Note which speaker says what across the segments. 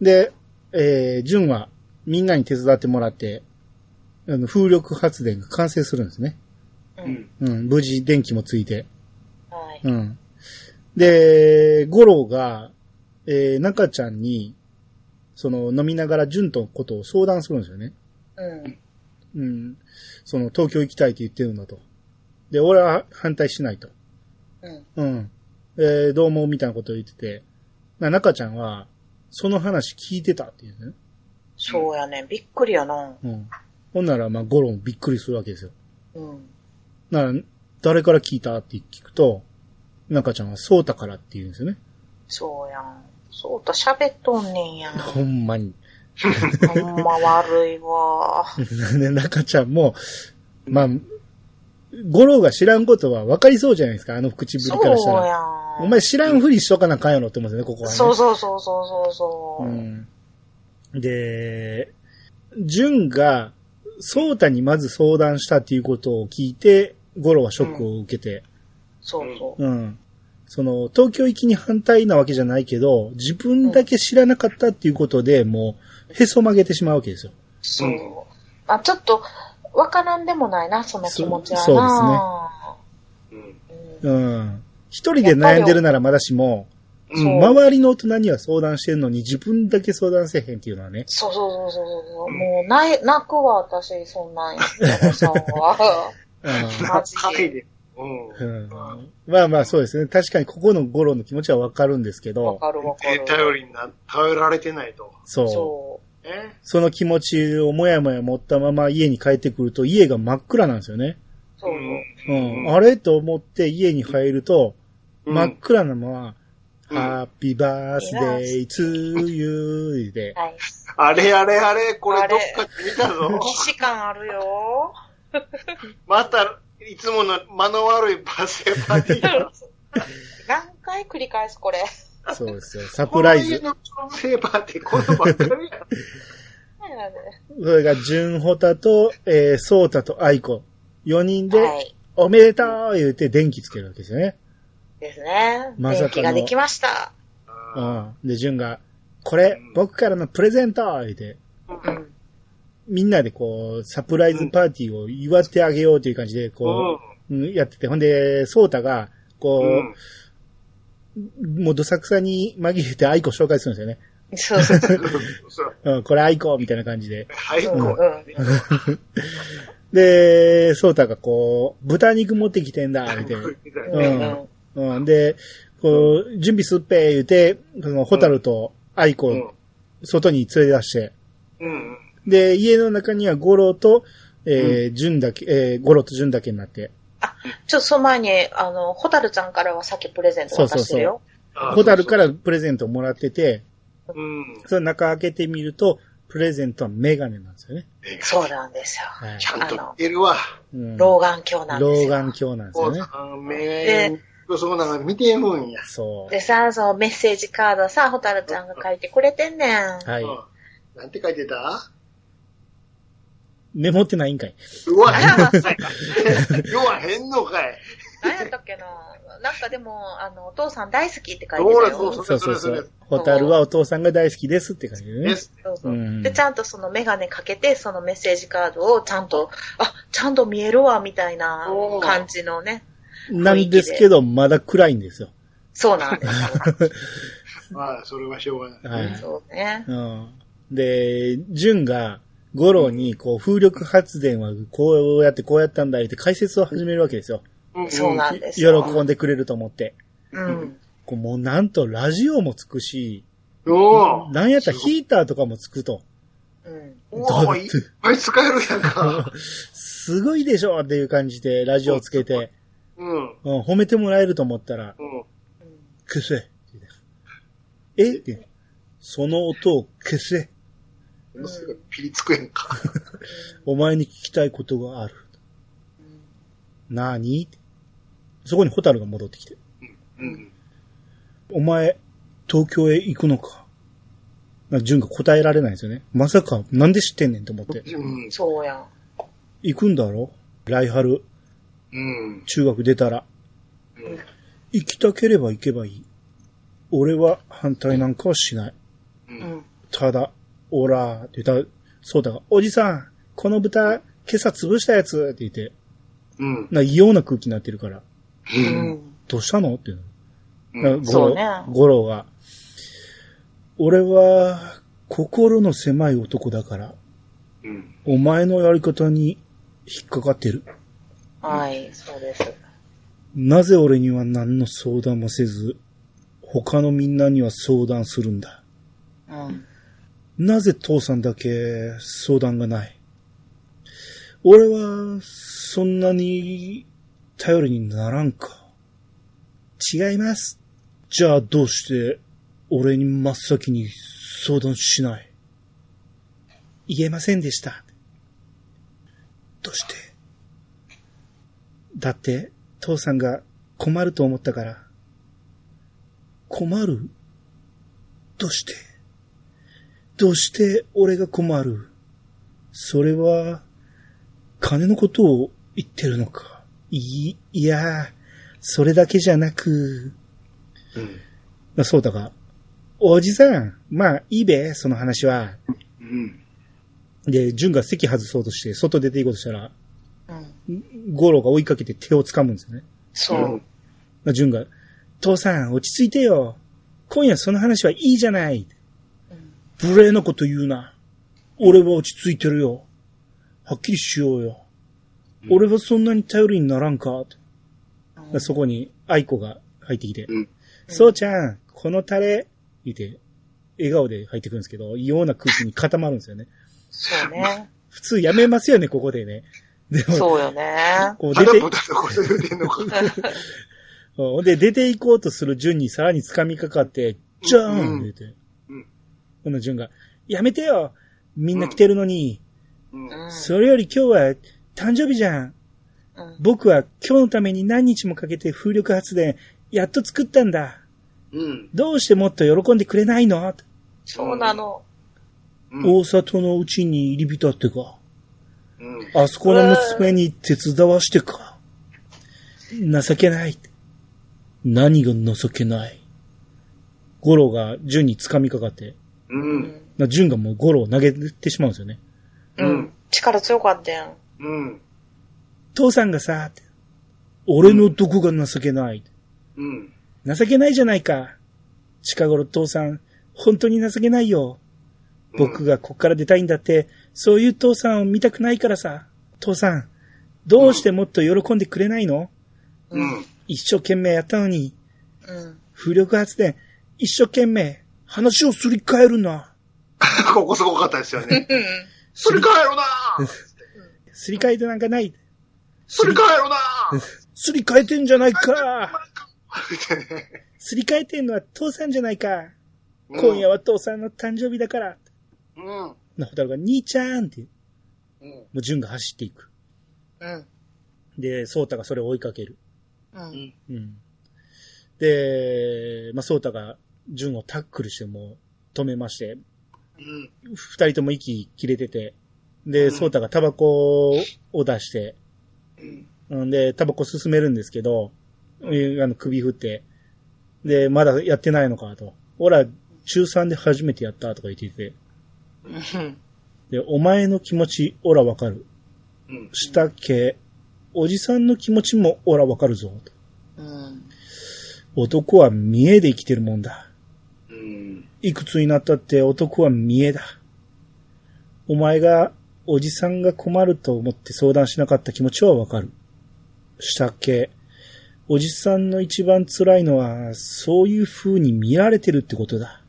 Speaker 1: で、えー、純はみんなに手伝ってもらって、あの、風力発電が完成するんですね。
Speaker 2: う。
Speaker 3: うんん。
Speaker 1: うん、無事電気もついて。
Speaker 2: はい。
Speaker 1: うん。で、ゴロが、えー、中ちゃんに、その、飲みながら純とのことを相談するんですよね。
Speaker 2: うん。
Speaker 1: うん。その、東京行きたいって言ってるんだと。で、俺は反対しないと。
Speaker 2: うん。
Speaker 1: うん。えー、どうも、みたいなことを言ってて。な、中ちゃんは、その話聞いてたっていうね。
Speaker 2: そうやねん。びっくりやな。
Speaker 1: うん。ほんなら、まあ、ゴロもびっくりするわけですよ。
Speaker 2: うん。
Speaker 1: なら、誰から聞いたって聞くと、中ちゃんは、そうたからって言うんですよね。
Speaker 2: そうやん。そうた喋っとんねんやん。
Speaker 1: ほんまに。
Speaker 2: ほんま悪いわ。
Speaker 1: で、中ちゃんも、まあ、ゴロが知らんことは分かりそうじゃないですか、あの口ぶりからした
Speaker 2: そう
Speaker 1: ら。
Speaker 2: やん。
Speaker 1: お前知らんふりしとかなあかんやろって思うんですよね、ここはね。
Speaker 2: そうそうそうそうそうそう。
Speaker 1: うんで、ジュンが、ソータにまず相談したっていうことを聞いて、ゴロはショックを受けて、
Speaker 2: そうそう。
Speaker 1: うん。その、東京行きに反対なわけじゃないけど、自分だけ知らなかったっていうことで、もう、へそ曲げてしまうわけですよ。
Speaker 2: そう。
Speaker 3: うん
Speaker 2: あ、ちょっと、わからんでもないな、その気持ちはな。
Speaker 1: そ
Speaker 3: うん。
Speaker 2: うん
Speaker 1: うん。一人で悩んでるならまだしも、
Speaker 2: そう
Speaker 3: うん
Speaker 1: 周りの大人には相談してるのに自分だけ相談せえへんっていうのはね。
Speaker 2: そうそうそうそうそう。もう、ない、泣くわ、私、そんなんやった らさ
Speaker 1: うん
Speaker 2: マジ
Speaker 3: 高い
Speaker 2: で。
Speaker 3: で。うん。
Speaker 1: うんまあまあそうですね。確かにここのゴロの気持ちはわかるんですけ
Speaker 2: わ
Speaker 1: ど、
Speaker 2: かるわか
Speaker 3: え
Speaker 2: る。
Speaker 3: 頼りにな、頼られてないと。
Speaker 1: そう。
Speaker 2: そ
Speaker 3: え
Speaker 1: その気持ちをもやもや持ったまま家に帰ってくると家が真っ暗なんですよね。
Speaker 2: う。そう。
Speaker 1: うん。
Speaker 3: うん
Speaker 1: あれと思って家に入ると、
Speaker 3: うん
Speaker 1: 真っ暗なまま、
Speaker 3: うん
Speaker 1: ハッピーバースデーツーユーで、
Speaker 2: はい。
Speaker 3: あれあれあれ、こ
Speaker 2: あ
Speaker 3: れ
Speaker 2: れ
Speaker 3: どっかで見たぞ。
Speaker 2: 既視感あるよ。
Speaker 3: また、いつもの間の悪いバースデーパ ーティーが。
Speaker 2: 何回繰り返す、これ。
Speaker 1: そうですよ。サプライズ。
Speaker 3: こういうのバースデーパーティー、こういうのばっかりや。
Speaker 1: それが、純ホタと、えー、ソータとアイコ。4人で、
Speaker 2: はい。
Speaker 1: おめでとう言うて電気つけるわけですよね。
Speaker 2: ですね。
Speaker 1: まさかの
Speaker 2: 電気ができました。
Speaker 1: うん。で、純が、これ、僕からのプレゼント言うて、
Speaker 2: うん。
Speaker 1: みんなでこう、サプライズパーティーを祝ってあげようという感じで、こう、うんやってて、ほんで、ソータが、こ
Speaker 3: うん。うん。
Speaker 1: う、もうどさくさに紛れてアイコ紹介するんですよね。
Speaker 2: そうそうそう。
Speaker 3: そう。
Speaker 1: うん、これアイコみたいな感じで。
Speaker 3: はい、こ
Speaker 2: うん
Speaker 3: う。
Speaker 1: で、ソータがこう、豚肉持ってきてんだ、みたいな。
Speaker 3: みたいな
Speaker 2: う。
Speaker 1: うんんうん。で、こう、準備すっぺー言うて、その、ホタルとアイコ
Speaker 3: うん
Speaker 1: を外に連れ出して、
Speaker 3: うん。。
Speaker 1: で、家の中にはゴロと、えー、ジュンだけ、えー、ゴロとジュンだけになって、
Speaker 2: ちょっとその前に、あの、ホタルちゃんからは先プレゼント渡してるよ。
Speaker 1: ホタルかららプレゼントをもらってて、
Speaker 3: うん。
Speaker 1: その中開けてみると、プレゼントはメガネなんですよね。
Speaker 2: そうなんですよ。
Speaker 1: はい
Speaker 3: ちゃんと見てるわ。
Speaker 1: うん
Speaker 2: 老眼鏡なんです
Speaker 1: 老
Speaker 2: よ。
Speaker 1: 眼鏡なんです
Speaker 3: お
Speaker 1: よ
Speaker 3: う
Speaker 1: ね。
Speaker 3: さん、めー、そうなんか見てるんや。
Speaker 1: そ
Speaker 2: でさ、そのメッセージカードさ、ホタルちゃんが書いてくれてんねん。
Speaker 1: う。はい。
Speaker 3: うんなんて書いてた
Speaker 1: メモってないんかい。
Speaker 3: うわ
Speaker 2: あ、ら、まあ、そうか。
Speaker 3: 弱へんのかい。
Speaker 2: 何やったっけな。なんかでも、あの、お父さん大好きって書いて
Speaker 3: ほ
Speaker 2: る
Speaker 3: ら、そう
Speaker 2: よ。
Speaker 3: そ
Speaker 1: そう
Speaker 3: う
Speaker 1: そ
Speaker 3: そう
Speaker 1: そ
Speaker 3: うそうう。。
Speaker 1: ホタルはお父さんが大好きですって感じでね
Speaker 3: で。す。
Speaker 2: そうそう
Speaker 1: うん
Speaker 2: で、ちゃんとそのメガネかけて、そのメッセージカードをちゃんと、あ、ちゃんと見えるわ、みたいな感じのね。
Speaker 1: なんですけど、まだ暗いんですよ。
Speaker 2: そうなんですよ。
Speaker 3: まあ、それはしょうがない。
Speaker 1: はい。
Speaker 2: そうね。
Speaker 1: うん。で、ジュンが、ゴロに、こう、風力発電はこうやってこうやったんだ、言って解説を始めるわけですよ。
Speaker 3: うん
Speaker 2: そうなんんです
Speaker 1: 喜
Speaker 2: よ。
Speaker 1: んでくれると思って。
Speaker 2: うん。
Speaker 1: こうもうなんとラジオもつくし、
Speaker 3: お
Speaker 1: なんやったらヒーターとかもつくと。
Speaker 2: うん。
Speaker 3: おおいっぱい使えるや んか。
Speaker 1: すごいでしょっていう感じでラジオつけて、
Speaker 3: うん。
Speaker 1: うん、褒めてもらえると思ったら、
Speaker 3: うん。
Speaker 1: 消せ。えってその音を消せ。
Speaker 3: ものすごいピリつくやんか。
Speaker 1: お前に聞きたいことがある。なーにそこにホタルが戻ってきて。
Speaker 3: うん。
Speaker 1: お前、東京へ行くのか。なジュンが答えられないんですよね。まさか、なんで知ってんねんと思って。
Speaker 3: うん。
Speaker 2: そうやん。
Speaker 1: 行くんだろ来春、
Speaker 3: うん。
Speaker 1: 中学出たら。
Speaker 3: うん
Speaker 1: 行きたければ行けばいい。俺は反対なんかはしない。
Speaker 3: う。
Speaker 2: うんん。
Speaker 1: 大ただ、オラーって言ったら、ソータが、おじさん、この豚、今朝潰したやつって言って、
Speaker 3: うん。
Speaker 1: な異様な空気になってるから、
Speaker 3: う。
Speaker 2: うんん。
Speaker 1: どうしたのっていう
Speaker 3: う
Speaker 1: の。
Speaker 3: ん。
Speaker 1: ゴ
Speaker 2: そう
Speaker 1: ロ、
Speaker 2: ね
Speaker 1: ゴロが、俺は、心の狭い男だから、
Speaker 3: うん。
Speaker 1: お前のやり方に引っかかってる。
Speaker 2: はい、そうです。
Speaker 1: なぜ俺には何の相談もせず、他のみんなには相談するんだ。
Speaker 2: うん。
Speaker 1: なぜ父さんだけ相談がない俺は、そんなに、頼りにならんか。違います。じゃあどうして、俺に真っ先に相談しない言えませんでした。どうしてだって、父さんが困ると思ったから。困るどうしてどうして俺が困るそれは、金のことを言ってるのか。い、いや、それだけじゃなく、
Speaker 3: うん。
Speaker 1: そうだが、おじさん、まあ、いいべ、その話は。
Speaker 3: うん。
Speaker 1: で、純が席外そうとして、外出て行こうとしたら、
Speaker 2: うん。
Speaker 1: ゴロが追いかけて手を掴むんですよね。
Speaker 2: そう。
Speaker 1: 純が、父さん、落ち着いてよ。今夜その話はいいじゃない。
Speaker 2: うん。
Speaker 1: 無礼なこと言うな。俺は落ち着いてるよ。はっきりしようよ。
Speaker 3: うん
Speaker 1: 俺はそんなに頼りにならんか。
Speaker 2: うん
Speaker 1: そこに愛子が入ってきて、
Speaker 3: うん。
Speaker 1: そうちゃん、このタレ、言って、笑顔で入ってくるんですけど、異様な空気に固まるんですよね。
Speaker 2: そうね。
Speaker 1: 普通やめますよね、ここでね。でも、
Speaker 2: そうよね。
Speaker 1: こう
Speaker 3: た
Speaker 1: 出
Speaker 3: だ
Speaker 1: て、
Speaker 3: 豚のこと言うてんのかな。
Speaker 1: ほんで、出て行こうとする順にさらに掴みかかって、じゃーん
Speaker 3: うん
Speaker 1: 言って
Speaker 3: うん。
Speaker 1: この順が、やめてよみんな来てるのに、
Speaker 3: うん
Speaker 2: うん。
Speaker 1: それより今日は誕生日じゃん
Speaker 2: うん
Speaker 1: 僕は今日のために何日もかけて風力発電、やっと作ったんだ。
Speaker 3: うん。
Speaker 1: どうしてもっと喜んでくれないの、
Speaker 2: そうなの。
Speaker 3: うん。
Speaker 1: 大里のうちに入り浸ってか。
Speaker 3: うん。
Speaker 1: あそこの娘に手伝わしてか。情けない。何が情けない。ゴロが純に掴みかかって、
Speaker 3: う。
Speaker 2: うんん。
Speaker 1: な純がもうゴロを投げてしまうんですよね。
Speaker 3: う
Speaker 2: うんん。力強かったやん。
Speaker 3: うん。
Speaker 1: 父さんがさ、俺のどこが情けない。
Speaker 3: うん。
Speaker 1: 情けないじゃないか。近頃父さん、本当に情けないよ。僕がこっから出たいんだって、そういう父さんを見たくないからさ。父さん、どうしてもっと喜んでくれないの
Speaker 3: うん。
Speaker 1: 一生懸命やったのに、
Speaker 2: うん。
Speaker 1: 風力発電、一生懸命、話をすり替えるな。
Speaker 3: ここすごかったですよね。
Speaker 2: うん。
Speaker 3: すり替えろな
Speaker 1: すり替えてなんかない。
Speaker 3: すり替えろな
Speaker 1: すり替えてんじゃないか。
Speaker 3: ってね
Speaker 1: すり替えてんのは父さんじゃないか。今夜は父さんの誕生日だから。
Speaker 3: うん。
Speaker 1: な、ホタルが、兄ちゃんって、も
Speaker 3: うん。
Speaker 1: う純が走っていく。
Speaker 2: うん。
Speaker 1: で、ソータがそれを追いかける。
Speaker 2: うん。
Speaker 1: うん。で、まあ、ソータが、純をタックルしてもう止めまして、
Speaker 3: うん。
Speaker 1: 二人とも息切れてて、
Speaker 3: う
Speaker 1: で、
Speaker 3: ん
Speaker 1: ソータがタバコを出して、
Speaker 3: うん。
Speaker 1: うん、で、タバコ進めるんですけど、うんあの、首振って、で、まだやってないのかと。俺は中3で初めてやったとか言ってて、
Speaker 2: うん。
Speaker 1: で、お前の気持ち、オラわかる。
Speaker 3: うん。
Speaker 1: したけ、おじさんの気持ちもオラわかるぞ。と
Speaker 2: うん。
Speaker 1: 男は見栄で生きてるもんだ。
Speaker 3: うん。
Speaker 1: いくつになったって男は見栄だ。お前が、おじさんが困ると思って相談しなかった気持ちはわかる。したっけ、おじさんの一番辛いのは、そういう風に見られてるってことだ。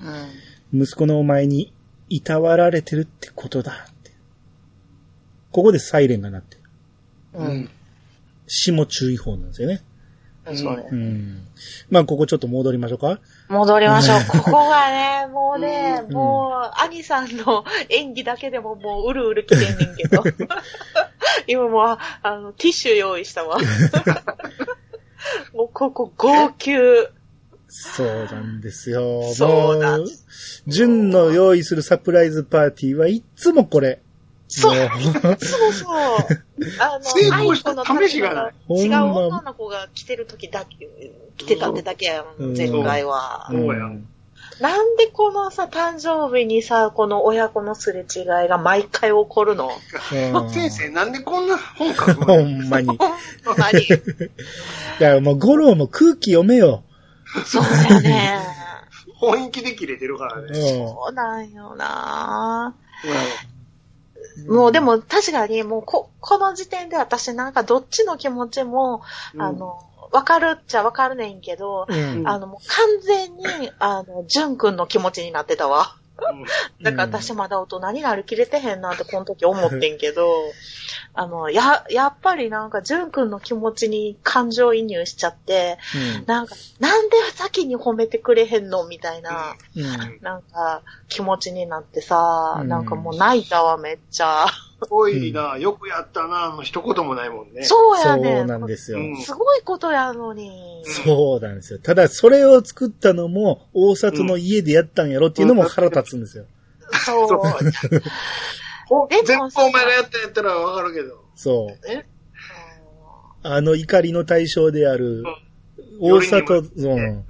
Speaker 2: うん。
Speaker 1: 息子のお前に、いたわられてるってことだって。ここでサイレンが鳴って、
Speaker 2: うん。
Speaker 1: 死も注意報なんですよね。
Speaker 2: そうね
Speaker 1: う。ん。まあ、ここちょっと戻りましょうか。
Speaker 2: 戻りましょう。ここがね、もうね、
Speaker 1: うん
Speaker 2: もう、アニさんの演技だけでももう、うるうるきてんねんけ ど。今もう、あの、ティッシュ用意 したわ。もう、ここ、号泣。
Speaker 1: そうなんですよ。
Speaker 2: そうなん
Speaker 1: もう、純の用意するサプライズパーティーはいっつもこれ。
Speaker 2: そう、
Speaker 1: もう
Speaker 2: そうそう。あ
Speaker 3: 成
Speaker 2: の、ア
Speaker 3: 功
Speaker 2: イ
Speaker 3: し
Speaker 2: コ
Speaker 3: た
Speaker 2: の
Speaker 3: 試し
Speaker 2: 立
Speaker 3: が
Speaker 2: 場が
Speaker 3: な
Speaker 1: ほ
Speaker 2: 違
Speaker 1: ん
Speaker 2: う
Speaker 1: ま
Speaker 2: 女の子が来てる時だけ、来てたってだけや
Speaker 1: うん
Speaker 2: ん、前回は。
Speaker 3: そうや
Speaker 1: ん
Speaker 2: なんでこのさ、誕生日にさ、この親子のすれ違いが毎回起こ るの
Speaker 1: うん
Speaker 3: 先生、なんでこんな本書く
Speaker 1: ほ
Speaker 3: の
Speaker 1: んまに。
Speaker 2: ほんまに。
Speaker 1: だからもう、ゴロも空気読めよ。
Speaker 2: そうだよね。
Speaker 3: 本気で切れてるからね。
Speaker 1: う
Speaker 2: そうなんよな
Speaker 3: う
Speaker 2: もうでも確かにもうこ、この時点で私なんかどっちの気持ちも、
Speaker 3: うん
Speaker 2: あの、わかるっちゃわかるねんけど、
Speaker 1: ん。うん。
Speaker 2: あの、もう完全に、あの、ジュン君の気持ちになってたわ。
Speaker 3: んうん
Speaker 2: だから私まだ大人になりきれてへんなってこの時思ってんけど、あの、や、やっぱりなんか、ジュン君の気持ちに感情移入しちゃって、なんか、なんで先に褒めてくれへんのみたいな、
Speaker 1: うん。
Speaker 2: なんか、気持ちになってさ、
Speaker 1: うん
Speaker 2: なんかもう泣いたわ、めっちゃ。
Speaker 3: すごいな、よくやったな、の一言もないもんね。
Speaker 2: そうやね
Speaker 1: そうなんですよ。
Speaker 3: うん
Speaker 2: すごいことやのに。
Speaker 1: そうなんですよ。ただ、それを作ったのも、大里の家でやったんやろっていうのも腹立つんですよ。
Speaker 2: そう。
Speaker 3: そう
Speaker 2: おで
Speaker 3: 全部
Speaker 2: もさ
Speaker 3: お前がやったんやったらわかるけど。
Speaker 1: そう。
Speaker 2: う
Speaker 1: あの怒りの対象である、大里、うん、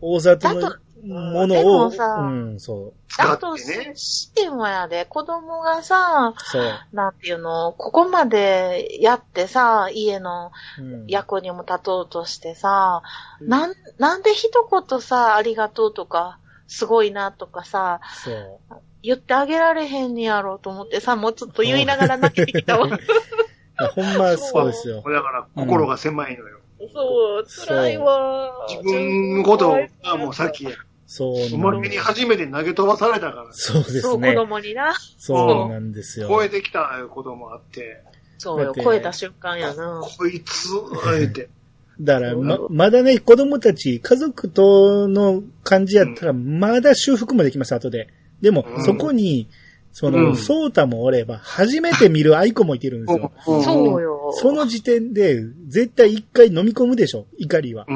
Speaker 1: 大里のものを、
Speaker 2: だとでもさ
Speaker 1: うん、そう、
Speaker 2: んだと
Speaker 3: だってね
Speaker 2: してもやで、子供がさ、
Speaker 1: そう。
Speaker 2: なんていうの、ここまでやってさ、家の
Speaker 1: うん、
Speaker 2: 役にも立とうとしてさ、
Speaker 3: うん
Speaker 2: なん、なんで一言さ、ありがとうとか、すごいなとかさ、
Speaker 1: そう。
Speaker 2: 言ってあげられへんにやろうと思ってさ、もうちょっと言いながら泣けてきたわ。
Speaker 1: いやほんまそうですよ。
Speaker 3: だから、心が狭いのよ。
Speaker 2: そう、辛いわ。
Speaker 3: 自分のことがもうさっき、
Speaker 1: そうな
Speaker 3: 生ま
Speaker 1: ん
Speaker 3: れに
Speaker 1: で
Speaker 3: 初めて投げ飛ばされたから、
Speaker 1: そうで
Speaker 2: そ
Speaker 1: す
Speaker 2: う、子
Speaker 1: ね。
Speaker 2: 供にな。
Speaker 1: そうなんですよ。
Speaker 3: 超えてきたこともあって、
Speaker 2: そう
Speaker 1: だ
Speaker 2: よ、
Speaker 1: って
Speaker 2: 超えた瞬間やな。
Speaker 3: こいつ、あえて。
Speaker 1: だから、ま、まだね、子供たち、家族との感じやったら、まだ修復もできます、後で。でも
Speaker 3: う、ん
Speaker 1: そこに、そうの、
Speaker 3: ん
Speaker 1: ソータもおれば、初めて見るアイコもいてるんですよ。
Speaker 2: そう
Speaker 3: よ。
Speaker 2: よ。
Speaker 1: その時点で、絶対一回飲み込むでしょ、怒りは。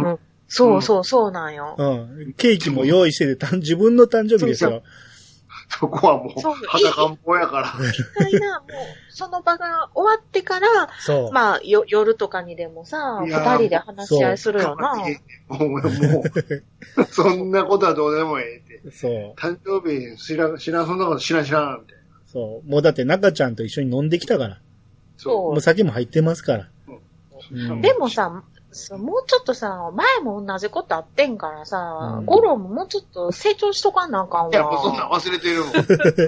Speaker 2: そうそう、そうなんよ。
Speaker 1: うん。ケーキも用意してて、たん自分の誕生日ですよ。
Speaker 3: そこはもう
Speaker 2: そう、
Speaker 3: 裸んぼやから。
Speaker 2: 一回な、もう、その場が終わってから、
Speaker 1: そう。
Speaker 2: まあ、よ、夜とかにでもさ、
Speaker 3: い
Speaker 2: 二
Speaker 3: やー
Speaker 2: 人で話し合いするよな。
Speaker 3: もう、もう、そんなことはどうでもええって。
Speaker 1: そう。
Speaker 3: 誕生日知らん、知らん、そんなこと知らん、知らん、みたいな。
Speaker 1: そう。もうだって中ちゃんと一緒に飲んできたから。
Speaker 2: そ
Speaker 1: も
Speaker 2: う
Speaker 1: う酒も入ってますから。うん
Speaker 2: でもさ、そうもうちょっとさ、前も同じことあってんからさ
Speaker 1: う、ん
Speaker 2: ゴロももうちょっと成長しとかなあかんわ。
Speaker 3: いや、もうそんなん忘れてるもん。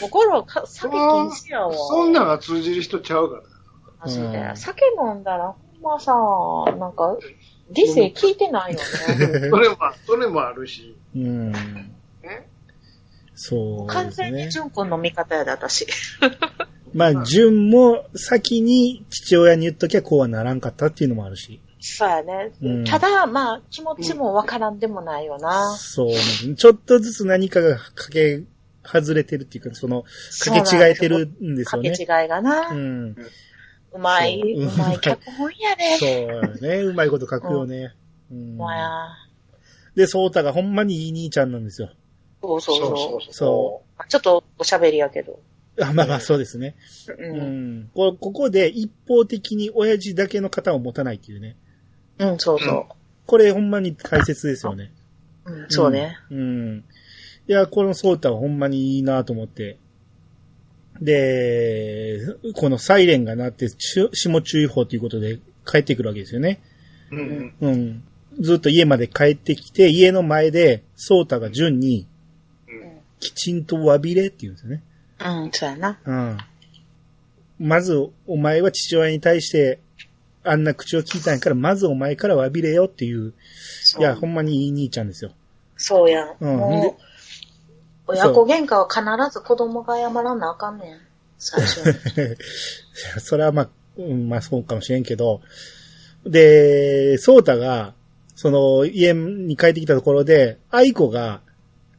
Speaker 2: もうゴロか、酒禁止やわ。
Speaker 3: そんなんが通じる人ちゃうから。
Speaker 2: マジ
Speaker 1: う
Speaker 2: で。
Speaker 1: ん
Speaker 2: 酒飲んだら、ほんまさ、なんか、理性聞いてないよね。
Speaker 3: それも、それもあるし。
Speaker 1: うん。
Speaker 3: ね
Speaker 1: そう
Speaker 2: 完
Speaker 1: です
Speaker 2: 全に
Speaker 1: ね。
Speaker 2: 純君の味方やで、私。
Speaker 1: まあ、純も先に父親に言っときゃこうはならんかったっていうのもあるし。
Speaker 2: そうやね。
Speaker 1: うん
Speaker 2: ただ、まあ、気持ちもわからんでもないよな。
Speaker 1: そうなんですね。ちょっとずつ何かがかけ外れてるっていうか、その、かけ違えてるんです
Speaker 2: か
Speaker 1: よ
Speaker 2: け
Speaker 1: ね。
Speaker 2: 違いがな。
Speaker 1: う。
Speaker 2: うんまい、
Speaker 1: そう
Speaker 2: うまい脚本やで。
Speaker 1: そうよね。うまいこと書くよね。うん
Speaker 2: ほんまや。
Speaker 1: で、ソータがほんまにいい兄ちゃんなん ですよ。
Speaker 2: そうそうそう
Speaker 1: そ
Speaker 2: ちょっとおしゃべりやけど。
Speaker 1: あまあまあ、そうですね。
Speaker 2: う。
Speaker 1: うんん。こここで一方的に親父だけの型を持たないっていうね。
Speaker 2: うん、そうそ
Speaker 1: これほんまに大切ですよね。
Speaker 2: う。うん、そうね。
Speaker 1: うん。うん。いや、このソータはほんまにいいなと思って。で、このサイレンが鳴って、ち下注意報ということで帰ってくるわけですよね。
Speaker 3: うんうん。
Speaker 1: うん。ずっと家まで帰ってきて、家の前で、ソータが順に、
Speaker 3: うん
Speaker 1: きちんと詫びれって言うんですよね。
Speaker 2: うん、そうやな。
Speaker 1: うん。まず、お前は父親に対して、あんな口を聞いたんやから、まずお前から詫びれよっていう、
Speaker 2: そ
Speaker 1: いうや、ほんまにいい兄ちゃんですよ。
Speaker 2: そうやん。
Speaker 1: うん
Speaker 2: もう
Speaker 1: で
Speaker 2: 親子喧嘩は必ず子供が謝らなあかんねん。最 初に。
Speaker 1: それはまあ、うん、まあそうかもしれんけど、で、ソータが、その、家に帰ってきたところで、愛子が、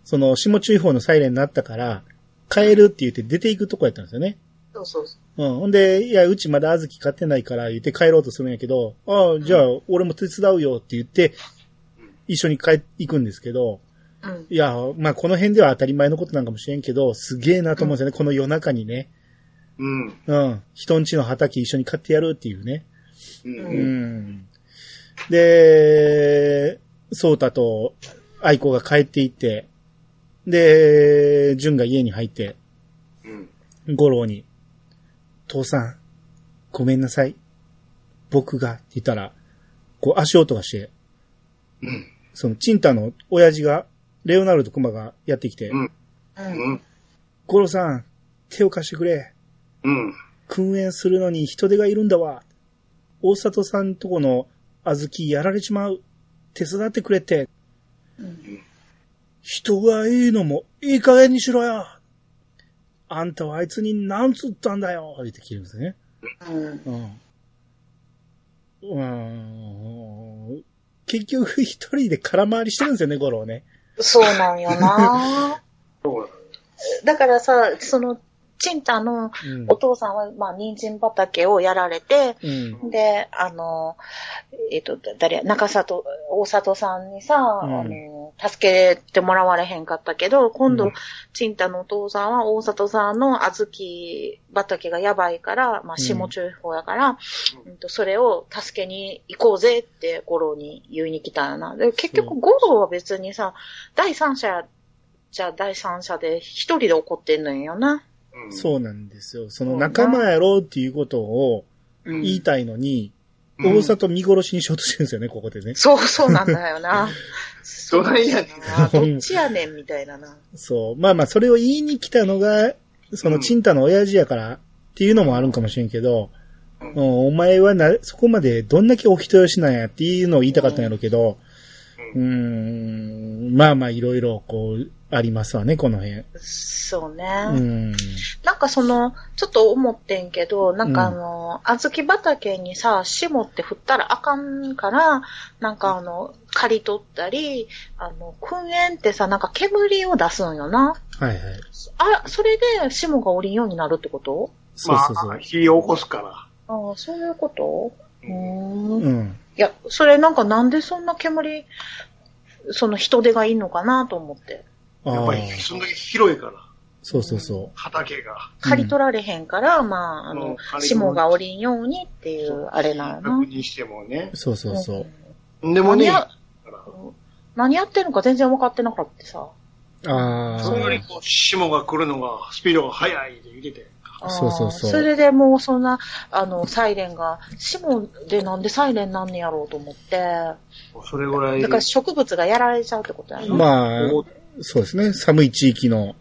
Speaker 1: その、下注意報のサイレンになったから、帰るって言って出ていくとこやったんですよね。
Speaker 2: そうそうそ
Speaker 1: うん。ほんで、いや、うちまだ小豆買ってないから言って帰ろうとするんやけど、ああ、じゃあ、俺も手伝うよって言って、一緒に帰っていくんですけど、
Speaker 2: う。うん。
Speaker 1: いや、まあこの辺では当たり前のことなんかもしれんけど、すげえなと思うんですよね。この夜中にね。
Speaker 3: うん。
Speaker 1: うん。人んちの畑一緒に買ってやるっていうね。
Speaker 3: うん
Speaker 1: うん。で、ソータと愛子が帰っていって、で、純が家に入って、
Speaker 3: うん。
Speaker 1: 五郎に、父さん、ごめんなさい。僕が、って言ったら、こう足音がして、その、チンタの親父が、レオナルド・クマがやってきて
Speaker 3: う、ん
Speaker 2: うん。
Speaker 3: うん。
Speaker 1: 五郎さん、手を貸してくれ。
Speaker 3: うん。
Speaker 1: 訓練するのに人手がいるんだわ。大里さんとこの小豆やられちまう。手伝ってくれって。
Speaker 2: うん
Speaker 1: 人がいいのもいい加減にしろよ。あんたはあいつに何つったんだよ。言って聞いるんですね。
Speaker 2: うん。
Speaker 1: うん。うん。結局一人で空回りしてるんですよね、ゴロね。
Speaker 2: そうなんよ な
Speaker 3: そう
Speaker 2: だからさ、その、チンタの
Speaker 1: うん
Speaker 2: お。父さんは、まあ、人参畑をやられて、
Speaker 1: うん。
Speaker 2: で、あの、えっ、と、誰や、中里、大里さんにさ、
Speaker 1: ん
Speaker 2: あの、助けてもらわれへんかったけど、今
Speaker 1: う
Speaker 2: 度
Speaker 1: ん、
Speaker 2: ちんたのお父さんは大里さんの小豆畑がやばいから、まあ、下中法やから、うんと、それを助けに行こうぜって、五郎に言いに来たんやな。で、結
Speaker 1: そ
Speaker 2: 局、五郎は別にさ、第三者じゃ第三者で一人で怒ってんのよな。
Speaker 3: うん
Speaker 1: そうなんですよ。その仲間やろうっていうことを
Speaker 2: うん
Speaker 1: 言いたいのに、
Speaker 3: うん
Speaker 1: 大里見殺しにしようとしてるんですよね、ここでね。
Speaker 2: そう、そうなんだよ な。
Speaker 3: どないやねん
Speaker 2: あ どっちやねんみたいなな。
Speaker 1: そう。まあまあ、それを言いに来たのが、その、
Speaker 3: うん
Speaker 1: チンタの親父やからっていうのもあるんかもしれんけど、う
Speaker 3: うんん
Speaker 1: お前はな、そこまでどんだけお人よしなんやっていうのを言いたかったんやろうけど、うー
Speaker 3: う
Speaker 1: ん、まあまあ、いろいろ、こう、ありますわね、この辺。う
Speaker 2: そうね。
Speaker 1: ーん。
Speaker 2: なんかその、ちょっと思ってんけど、なん
Speaker 1: う
Speaker 2: かあ
Speaker 1: ん
Speaker 2: の、小豆畑にさ、霜って振ったらあかんから、なんかあの、刈り取ったり、あの、燻煙ってさ、なんか煙を出すんよな。
Speaker 1: はいはい。
Speaker 2: あ、それで霜が降りんようになるってこと
Speaker 1: そう
Speaker 3: ま
Speaker 1: そうそう
Speaker 3: あ、。火を起こすから。
Speaker 2: ああ、そういうことうーん。い
Speaker 1: うん。
Speaker 2: や、それなんかなんでそんな煙、その人手がいいのかなと思って。
Speaker 3: やっ
Speaker 1: あ
Speaker 3: ぱ
Speaker 1: あ、
Speaker 3: り、その時広いから、
Speaker 1: そうそうそ
Speaker 3: 畑が。
Speaker 1: うん
Speaker 2: 刈り取られへんから、まあ、あ
Speaker 3: う
Speaker 2: の
Speaker 3: ん、刈り取る
Speaker 2: 霜が降りんようにっていう、あれなんや
Speaker 3: 確
Speaker 2: な。
Speaker 3: 認してもね
Speaker 1: う。。そうそうそう。
Speaker 3: でも
Speaker 2: 何
Speaker 3: ね、
Speaker 2: や何やってるのか全然分かってなかったさ。
Speaker 1: ああ。
Speaker 3: そんなにこう、霜が来るのが、スピードが速いで言うてて。
Speaker 2: あー
Speaker 1: そうそうそう
Speaker 2: それでもうそんな、あの、サイレンが、霜でなんでサイレンなんねやろうと思って、
Speaker 3: それぐらい。
Speaker 2: だから植物がやられちゃうってことやな。
Speaker 1: まあ
Speaker 3: こ、
Speaker 1: そうですね。寒い地域の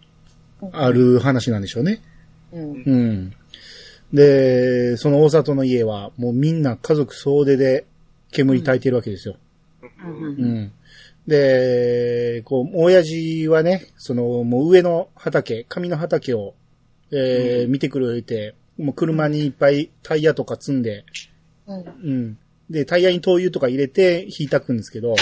Speaker 1: ある話なんでしょうね。
Speaker 2: うん。
Speaker 1: うん。で、その大里の家は、もうみんな家族総出で煙焚いてるわけですよ。
Speaker 2: う
Speaker 1: うん。
Speaker 2: ん。
Speaker 1: で、こう、親父はね、その、もう上の畑、上の畑を、えー見てくれて、もう車にいっぱいタイヤとか積んで、
Speaker 2: うん。
Speaker 1: うん。で、タイヤに灯油とか入れて引いたくんですけど、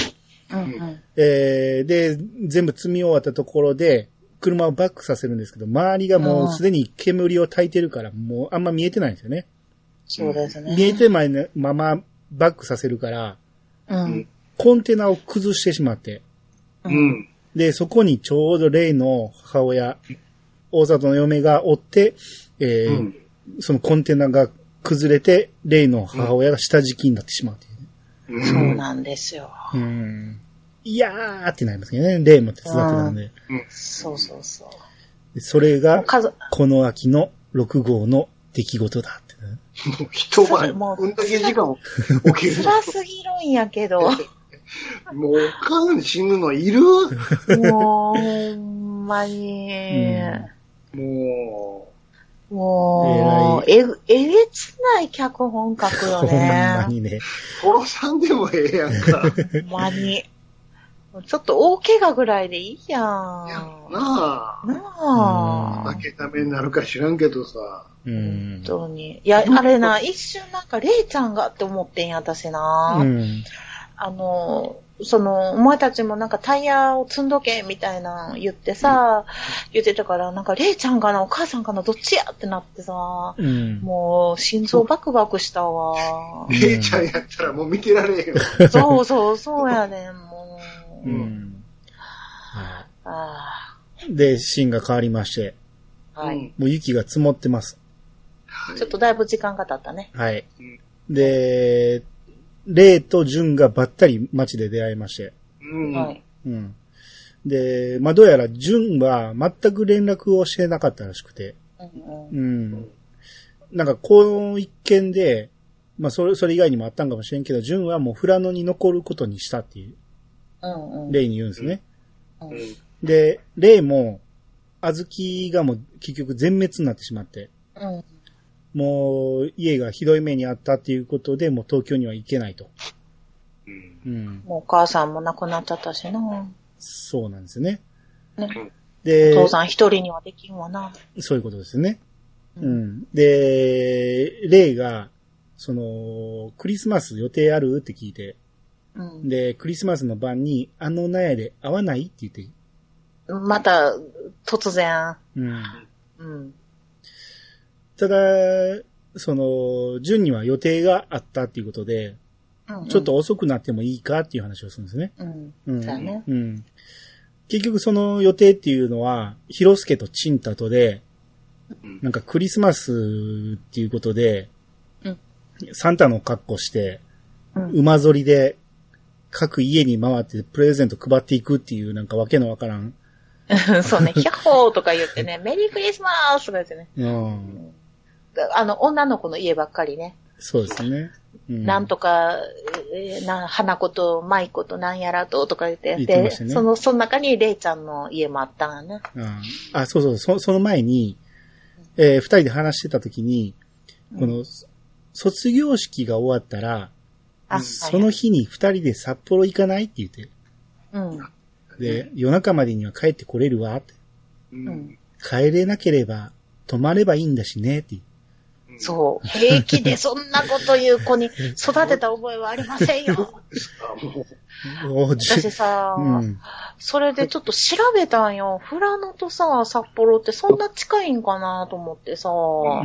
Speaker 2: うん。
Speaker 1: えーで、全部積み終わったところで、車をバックさせるんですけど、周りがもうすでに煙を焚いてるから、もうあんま見えてないんですよね。
Speaker 2: そうですね。
Speaker 1: 見えてないままバックさせるから、
Speaker 2: うん。
Speaker 1: コンテナを崩してしまって、
Speaker 3: う
Speaker 2: うん
Speaker 3: ん。
Speaker 1: で、そこにちょうどレイの母親、大里の嫁がおって、えー
Speaker 3: うん。
Speaker 1: そのコンテナが崩れて、レイの母親が下敷きになってしまうっていうね、
Speaker 3: う
Speaker 2: そう
Speaker 3: う
Speaker 2: なんですよ。
Speaker 1: うん。いやーってなりますけどね、レイも手伝ってたんで。
Speaker 2: そうそうそう。
Speaker 1: でそれ
Speaker 2: も
Speaker 1: が
Speaker 2: う、数、
Speaker 1: この秋の6号の出来事だってね、
Speaker 3: 一晩、
Speaker 2: もう
Speaker 3: こんだけ時間を起きる
Speaker 2: 辛すぎるんやけ ど。
Speaker 3: の。もう、おかん死ぬのいる
Speaker 2: もう、ほんまに。
Speaker 3: も
Speaker 2: もう、えぐ、えげつない脚本書くよ
Speaker 1: ほんま
Speaker 2: ね。
Speaker 1: にね。
Speaker 3: う、殺さんでもええやんか。
Speaker 2: ほんまに。ちょっと大怪我ぐらいでいいやん。
Speaker 3: いや
Speaker 2: な
Speaker 3: なあ。
Speaker 1: うん
Speaker 2: あ。
Speaker 3: 負けた目になるか知らんけどさ。
Speaker 1: うん
Speaker 2: 本。当に。いや、あれな、一瞬なんか、レイちゃんがって思ってんや、私な。
Speaker 1: うん。
Speaker 2: あの、その、お前たちもなんかタイヤを積んどけ、みたいなの言ってさ、言ってたから、なんか、レイちゃんかな、お母さんかな、どっちやってなってさ、
Speaker 1: うん。
Speaker 2: もう、心臓バクバクしたわ。
Speaker 1: ん
Speaker 3: 姉ちゃんやったらもう見てられへんよ。
Speaker 2: そうそう、そうやねん、もう。
Speaker 1: うん。は
Speaker 2: あ
Speaker 1: いで、シーンが変わりまして、
Speaker 2: あはい、
Speaker 1: もう雪が積もってます。
Speaker 3: うん。
Speaker 2: ちょっとだいぶ時間が経ったね。
Speaker 1: はい
Speaker 3: うん。
Speaker 1: で、レイとジュンがばったり街で出会いまして。
Speaker 3: うん。
Speaker 2: はい。
Speaker 1: うん。で、まあ、どうやら、純は全く連絡をしてなかったらしくて。
Speaker 2: うんうん
Speaker 1: うん。なんか、この一件で、まあ、それ、それ以外にもあったんかもしれんけど、純はもうフラノに残ることにしたっていう、
Speaker 2: うんうん
Speaker 1: レイに言うんですね。
Speaker 3: うん。
Speaker 1: で、レイも、小豆がもう結局全滅になってしまって、
Speaker 2: うん
Speaker 1: もう家がひどい目にあったっていうことで、もう東京には行けないと。
Speaker 3: うん
Speaker 1: うん。
Speaker 2: もうお母さんも亡くなっちゃったしな。
Speaker 1: そうなんですよね。
Speaker 2: ねお
Speaker 1: で、
Speaker 2: 父さん一人にはできんわな。
Speaker 1: そういうことですよね。
Speaker 2: う
Speaker 1: うんん。で、レイが、その、クリスマス予定あるって聞いて、
Speaker 2: うん
Speaker 1: で、クリスマスの晩に、あの納屋で会わないって言って、
Speaker 2: また、突然。
Speaker 1: うん。
Speaker 2: うん。
Speaker 1: ただ、その、順には予定があったっていうことで、
Speaker 2: うん
Speaker 1: ちょっと。遅くなってもいいかっていう話をするんですね。
Speaker 2: うん。
Speaker 1: うん。
Speaker 2: そうやね
Speaker 1: うん。結局その予定っていうのは、ヒロスケとチンタとで、
Speaker 3: うん
Speaker 1: なんかクリスマスっていうことで、
Speaker 2: うん
Speaker 1: サンタの格好して、
Speaker 2: うん。
Speaker 1: 馬ぞりで、各家に回ってプレゼント配っていくっていう、なんかわけのわからん。
Speaker 2: そうね、ヒャッホーとか言ってね、メリークリスマスとか言ってね。
Speaker 1: うん。
Speaker 2: あの、女の子の家ばっかりね。
Speaker 1: そうですね。うん
Speaker 2: なんとか、えーな、花子と舞子となんやらととか言って、
Speaker 1: 言ってま
Speaker 2: で、
Speaker 1: したね
Speaker 2: その、その中にレイちゃんの家もあったんやね。
Speaker 1: あああ、そうそう、そその前に、えー二人で話してた時に、この、卒業式が終わったら、
Speaker 2: あ、
Speaker 1: その日に二人で札幌行かないって言って、
Speaker 2: はい、うん。
Speaker 1: で、夜中までには帰ってこれるわって、
Speaker 3: うん
Speaker 2: うん
Speaker 1: 帰れなければ泊まればいいんだしねって。
Speaker 3: うん
Speaker 2: そう。平気でそんなこと言う子に育てた覚えはありません よ。
Speaker 3: あもう
Speaker 1: おーじ
Speaker 2: 私さ、
Speaker 1: うん。
Speaker 2: それでちょっと調べたんよ。富良野とさ、札幌ってそんな近いんかなと思ってさ、
Speaker 1: う
Speaker 2: 調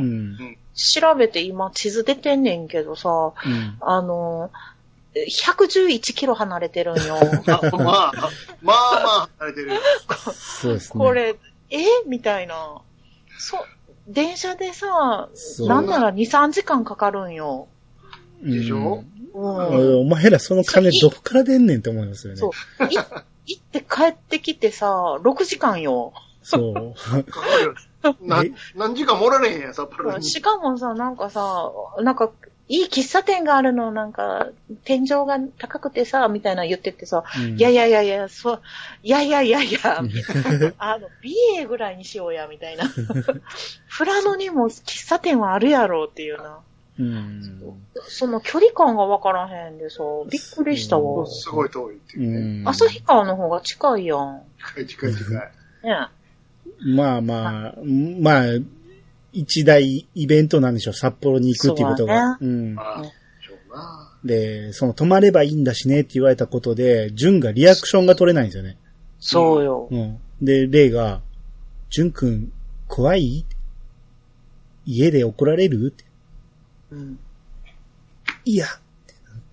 Speaker 1: ん。
Speaker 2: べて今地図出てんねんけどさ、
Speaker 1: うん。
Speaker 2: あの、111キロ離れてるんよ。
Speaker 3: あまあ、まあまあ離れ てる。
Speaker 1: そうですね。
Speaker 2: これ、えみたいな。そ、電車でさ、
Speaker 1: そう、
Speaker 2: なんなら2、3時間かかるん
Speaker 1: う
Speaker 2: よ。
Speaker 1: ん
Speaker 3: でしょ
Speaker 2: うん。
Speaker 1: お前らその金どっから出んねんって思いますよね。
Speaker 2: そう。い行って帰ってきてさ、6時間よ。
Speaker 1: そう。
Speaker 3: かかるよ な
Speaker 1: え
Speaker 3: 何時間もられへんやん、札幌に。
Speaker 2: しかもさ、なんかさ、なんか、いい喫茶店があるの、なんか、天井が高くてさ、みたいなの言ってってさ、
Speaker 1: うん
Speaker 2: いやいやいやいや、そう、いやいやいやい や、みたいなあの、BA ぐらいにしようや、みたいな。フラノにも喫茶店はあるやろうっていうな。
Speaker 1: うん。
Speaker 2: その距離感がわからへんでさ、びっくりしたわ。
Speaker 3: すごい遠いっていう。
Speaker 1: うん
Speaker 2: 旭川の方が近いやん。
Speaker 3: 近い近い近い。
Speaker 2: ね
Speaker 1: まあまあ、まあ、一大イベントなんでしょう。札幌に行くっていうことが。うん。
Speaker 3: まあ、しょうな。
Speaker 1: で、その泊まればいいんだしねって言われたことで、純がリアクションが取れないんですよね。
Speaker 2: そうよ。
Speaker 1: うん。で、レイが、純くん、怖い家で怒られるって
Speaker 2: うん。
Speaker 1: いや、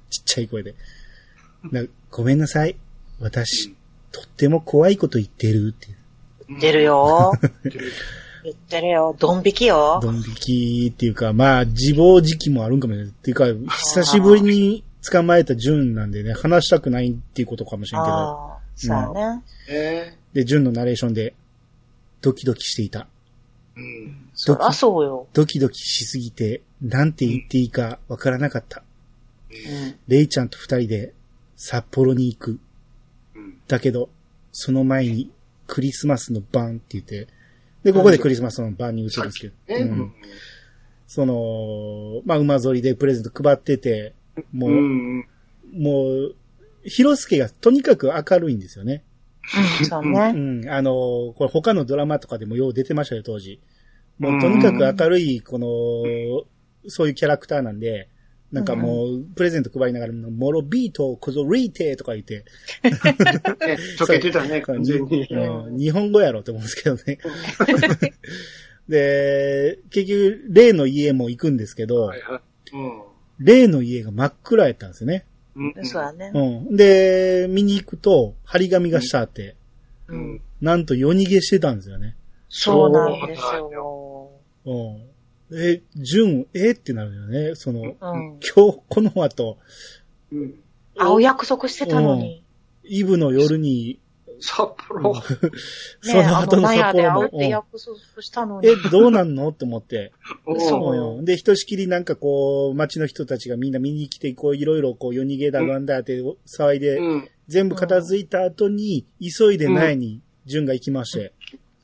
Speaker 1: ちっちゃい声で。なごめんなさい。私、とっても怖いこと言ってるって。
Speaker 2: 出るよ。
Speaker 3: 出る。
Speaker 2: 言ってるよ。ドン引きよ。
Speaker 1: ドン引きっていうか、まあ、自暴自棄もあるんかもしれない。っていうか、久しぶりに捕まえた純なんでね、話したくないっていうことかもしれんけど。
Speaker 2: ああ、そうやね。
Speaker 3: え
Speaker 1: で、純のナレーションで、ドキドキしていた。
Speaker 3: え。うん。
Speaker 2: そりゃそうよ。
Speaker 1: ドキドキしすぎて、なんて言っていいかわからなかった。
Speaker 2: うん。
Speaker 1: レイちゃんと二人で、札幌に行く。
Speaker 3: うん。
Speaker 1: だけど、その前に、クリスマスの晩って言って、で、ここでクリスマスの晩に移るんですけど。
Speaker 3: ね
Speaker 1: う
Speaker 3: うんん。
Speaker 1: その、まあ、馬ぞりでプレゼント配ってて、もう、
Speaker 3: うん。
Speaker 1: もう、広助がとにかく明るいんですよね。
Speaker 2: そう
Speaker 1: う
Speaker 2: ね。
Speaker 1: ん。あの、これ他のドラマとかでもよう出てましたよ、当時。もうとにかく明るい、この、そういうキャラクターなんで、なんかもう、プレゼント配りながら、モロビート、コゾリーテとか言って、
Speaker 3: ね溶けてたね、
Speaker 1: そう
Speaker 3: 完全に。
Speaker 1: うん日本語やろって思うんですけどね。 で、結局、例の家も行くんですけど
Speaker 3: はい、はい。うん。
Speaker 1: 例の家が真っ暗やったんですよね。
Speaker 3: うん
Speaker 2: そうやね。
Speaker 1: うん。で、見に行くと、張り紙がしたって、
Speaker 2: う
Speaker 3: うんん。。
Speaker 1: なんと夜逃げしてたんですよね。
Speaker 2: そうなんですよ。
Speaker 1: うん。え、純、えってなるよね。その、
Speaker 2: うん。
Speaker 1: 今日、この後、
Speaker 3: うん。
Speaker 2: あ、お約束してたのに。
Speaker 1: イブの夜に、
Speaker 3: 札幌。
Speaker 1: その後の札幌
Speaker 2: ねあの、なんやで会う
Speaker 1: も
Speaker 2: っ。て約束したのに。
Speaker 1: え、どうなんのって思って。
Speaker 3: お
Speaker 2: そ
Speaker 3: ー
Speaker 2: う
Speaker 1: うんで、ひとしきりなんかこう、街の人たちがみんな見に来て、こう、いろいろこう、夜逃げだ、なんだって騒いで、
Speaker 3: うん。
Speaker 1: 全部片付いた後に、急いで苗に、順が行きまして、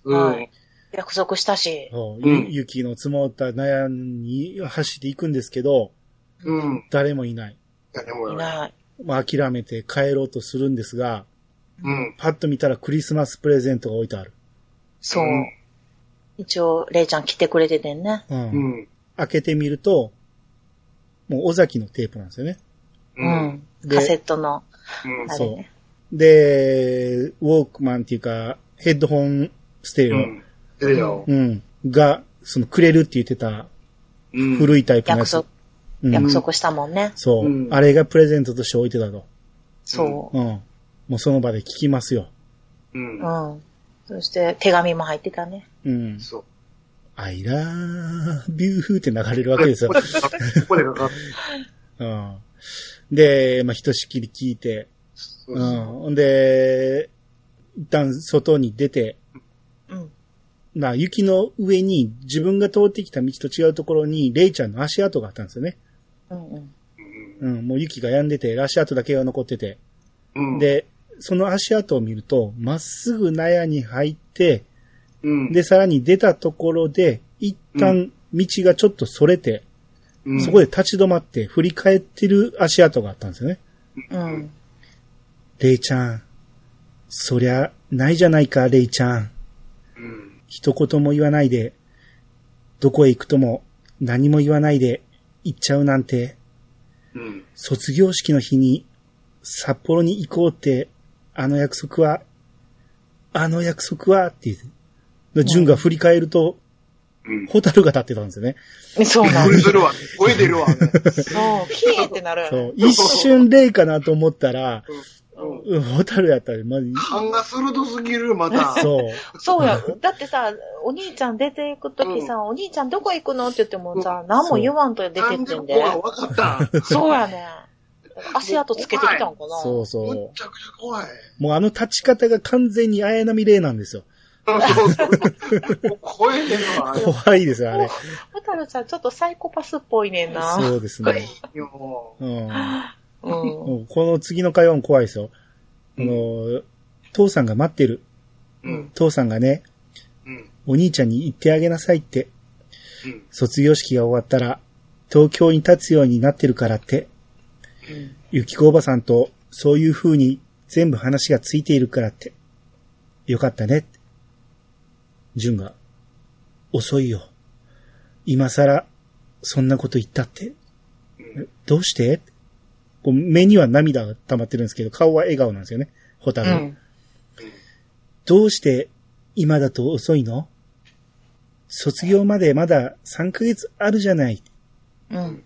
Speaker 3: うん。
Speaker 2: 約束したし。
Speaker 1: そう
Speaker 3: うん
Speaker 1: ゆ雪の積もった苗に走っていくんですけど、
Speaker 3: うん。
Speaker 1: 誰もいない。
Speaker 3: 誰も
Speaker 2: い
Speaker 3: やらない。
Speaker 2: ない。
Speaker 1: まあ、諦めて帰ろうとするんですが、
Speaker 3: うん。
Speaker 1: パッと見たらクリスマスプレゼントが置いてある。
Speaker 2: そう
Speaker 3: うん。
Speaker 2: 一応、レイちゃん来てくれててんね。
Speaker 1: うん
Speaker 3: うん。
Speaker 1: 開けてみると、もう尾崎のテープなんですよね。
Speaker 2: う
Speaker 3: うん。
Speaker 2: ん。
Speaker 1: で
Speaker 2: カセットの、
Speaker 3: うん
Speaker 2: あれね。
Speaker 1: で、ウォークマンっていうか、ヘッドホンステレ
Speaker 3: う
Speaker 1: オ。
Speaker 3: ん。出るよ。
Speaker 1: うん。が、そのくれるって言ってた
Speaker 3: うん
Speaker 1: 古いタイプのや
Speaker 2: 約
Speaker 1: つ。
Speaker 2: 束、
Speaker 1: うん
Speaker 2: 約束したもんね。
Speaker 1: そう、
Speaker 3: うん
Speaker 1: あれがプレゼントとして置いてたと。
Speaker 2: そ
Speaker 1: うん。もうその場で聞きますよ。
Speaker 3: うん
Speaker 2: う。う。ん。そして、手紙も入ってたね。
Speaker 1: うん。
Speaker 3: そう。
Speaker 1: I love you って流れるわけ ですよ
Speaker 3: こ。こでかかっ
Speaker 1: うん。で、まあ、ひとしきり聞いて、
Speaker 3: そううそ
Speaker 1: ん。ほんで、一旦外に出て、
Speaker 2: うん。
Speaker 1: まあ、雪の上に自分が通ってきた道と違うところに、レイちゃんの足跡があったんですよね。
Speaker 2: うんうん。
Speaker 3: う
Speaker 1: うん、もう雪が止んでて、足跡だけが残ってて。
Speaker 3: うん。、
Speaker 1: で、その足跡を見ると、まっすぐ納屋に入って、
Speaker 3: うん。
Speaker 1: で、さらに出たところで、一旦道がちょっとそれて、
Speaker 3: うん、
Speaker 1: そこで立ち止まって振り返ってる足跡があったんですよね。
Speaker 2: うん。
Speaker 1: レイちゃん、そりゃ、ないじゃないか、レイちゃん。
Speaker 3: うん。
Speaker 1: 一言も言わないで、どこへ行くとも何も言わないで行っちゃうなんて、
Speaker 3: うん。
Speaker 1: 卒業式の日に札幌に行こうって、あの約束は、あの約束はって言う。で、純が振り返ると、
Speaker 3: うん。
Speaker 1: ホタルが立ってたんですよね。
Speaker 2: そうなん
Speaker 3: 声出るわ。声出るわ。
Speaker 2: そう、キーってなるよ
Speaker 1: そ
Speaker 2: ね。
Speaker 1: う。一瞬霊かなと思ったら、
Speaker 3: うん
Speaker 1: うんホタルやったら、ま
Speaker 3: 勘が鋭すぎる、また。
Speaker 1: あ、そう。
Speaker 2: そうや。だってさ、お兄ちゃん出ていくときさ、お兄ちゃんどこ行くのって言ってもさ、何も言わんと出てっ
Speaker 3: 感
Speaker 2: て
Speaker 3: 情
Speaker 2: んで。
Speaker 3: 怖い。わかった。
Speaker 2: そうやね。足跡つけてきたんかな。
Speaker 1: そう
Speaker 3: む
Speaker 1: そ
Speaker 3: っちゃくちゃ怖い。
Speaker 1: う。もうあの立ち方が完全に綾波霊なんですよ。
Speaker 3: そうそうそう。もう声出るわ。
Speaker 1: 怖いですよ、あれ。
Speaker 2: ホタルちゃんちょっとサイコパスっぽいねんな。
Speaker 1: そうですね。
Speaker 3: よ
Speaker 1: うん。
Speaker 2: うん。
Speaker 1: うんこの次の会話も怖いですよ。あの、父さんが待ってる。
Speaker 3: うん。
Speaker 1: 父さんがね、
Speaker 3: うん。
Speaker 1: お兄ちゃんに言ってあげなさいって。
Speaker 3: うん。
Speaker 1: 卒業式が終わったら、東京に立つようになってるからって。ゆきこおばさんと、そういう風に全部話がついているからって。よかったね。じゅんが、遅いよ。今更、そんなこと言ったって。
Speaker 3: うん
Speaker 1: どうしてこう目には涙が溜まってるんですけど、顔は笑顔なんですよね。ホタ
Speaker 2: う
Speaker 1: ル。
Speaker 2: ん。
Speaker 1: どうして今だと遅いの卒業までまだ3ヶ月あるじゃない。
Speaker 2: うん。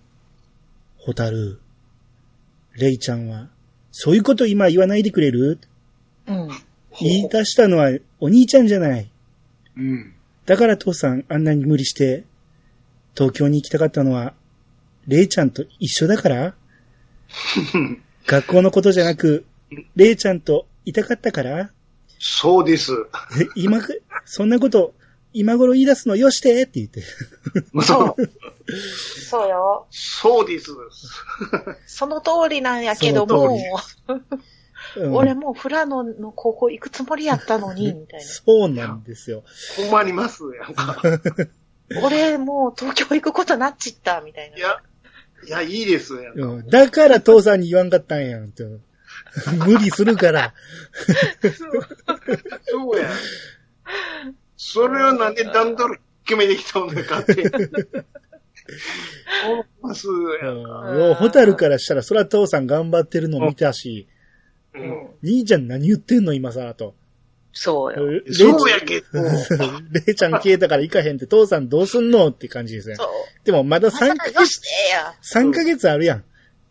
Speaker 1: ホタル。レイちゃんは、そういうこと今言わないでくれる
Speaker 2: うん。
Speaker 1: 言い出したのはお兄ちゃんじゃない。
Speaker 3: うん。
Speaker 1: だから父さんあんなに無理して、東京に行きたかったのは、レイちゃんと一緒だ から学校のことじゃなく、レイちゃんといたかったから
Speaker 3: そうです。
Speaker 1: え今く、そんなこと、今頃言い出すのよしてって言って。
Speaker 2: そう。そうよ。
Speaker 3: そうです。
Speaker 2: その通りなんやけど
Speaker 1: その
Speaker 2: も
Speaker 1: 通、うん
Speaker 2: 俺もうフラノの高校行くつもりやったの に、みたい
Speaker 1: そうなんですよ。
Speaker 3: ほんまにますやんか。
Speaker 2: な。俺もう東京行くことなっちった、みたい
Speaker 3: い
Speaker 2: な。
Speaker 3: や、いや、いいですやんか。
Speaker 1: うんだから父さんに言わんかったんやんって。無理するから。
Speaker 3: そうやん。それをなんで段取り決めてきたんだかって。ほんますやんか。
Speaker 1: うんホタルからしたら、そら父さん頑張ってるの見たし、
Speaker 3: うん
Speaker 1: 兄ちゃん何言ってんの今さ、と。
Speaker 2: そうよ。
Speaker 1: レイちゃん
Speaker 3: そうやけど。
Speaker 1: レイちゃん消えたから行かへんって、父さんどうすんのって感じですね
Speaker 2: そ。う。
Speaker 1: でもまだ
Speaker 2: まさ
Speaker 1: 3
Speaker 2: か
Speaker 1: ヶ
Speaker 2: よ
Speaker 1: 月、
Speaker 2: してや。
Speaker 1: 三ヶ月あるやん。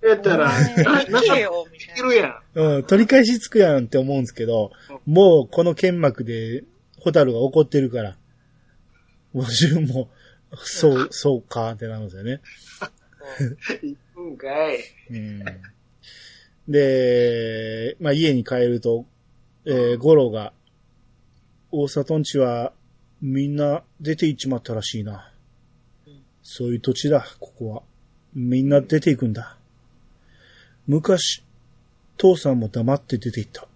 Speaker 3: やったら、
Speaker 2: 行け
Speaker 3: い
Speaker 2: よ、みたいな。
Speaker 3: るやん。
Speaker 1: うん、取り返しつくやんって思うんですけど、もうこの剣幕で、ホタルが怒ってるから、もう自分も、そう、そうかってなるんですよね。
Speaker 3: 行くんかい。
Speaker 1: うん。で、まあ家に帰ると、えー、ゴロが、大里んちはみんな出て行っちまったらしいな。そういう土地だ、ここは。みんな出て行くんだ。昔、父さんも黙って出て行った。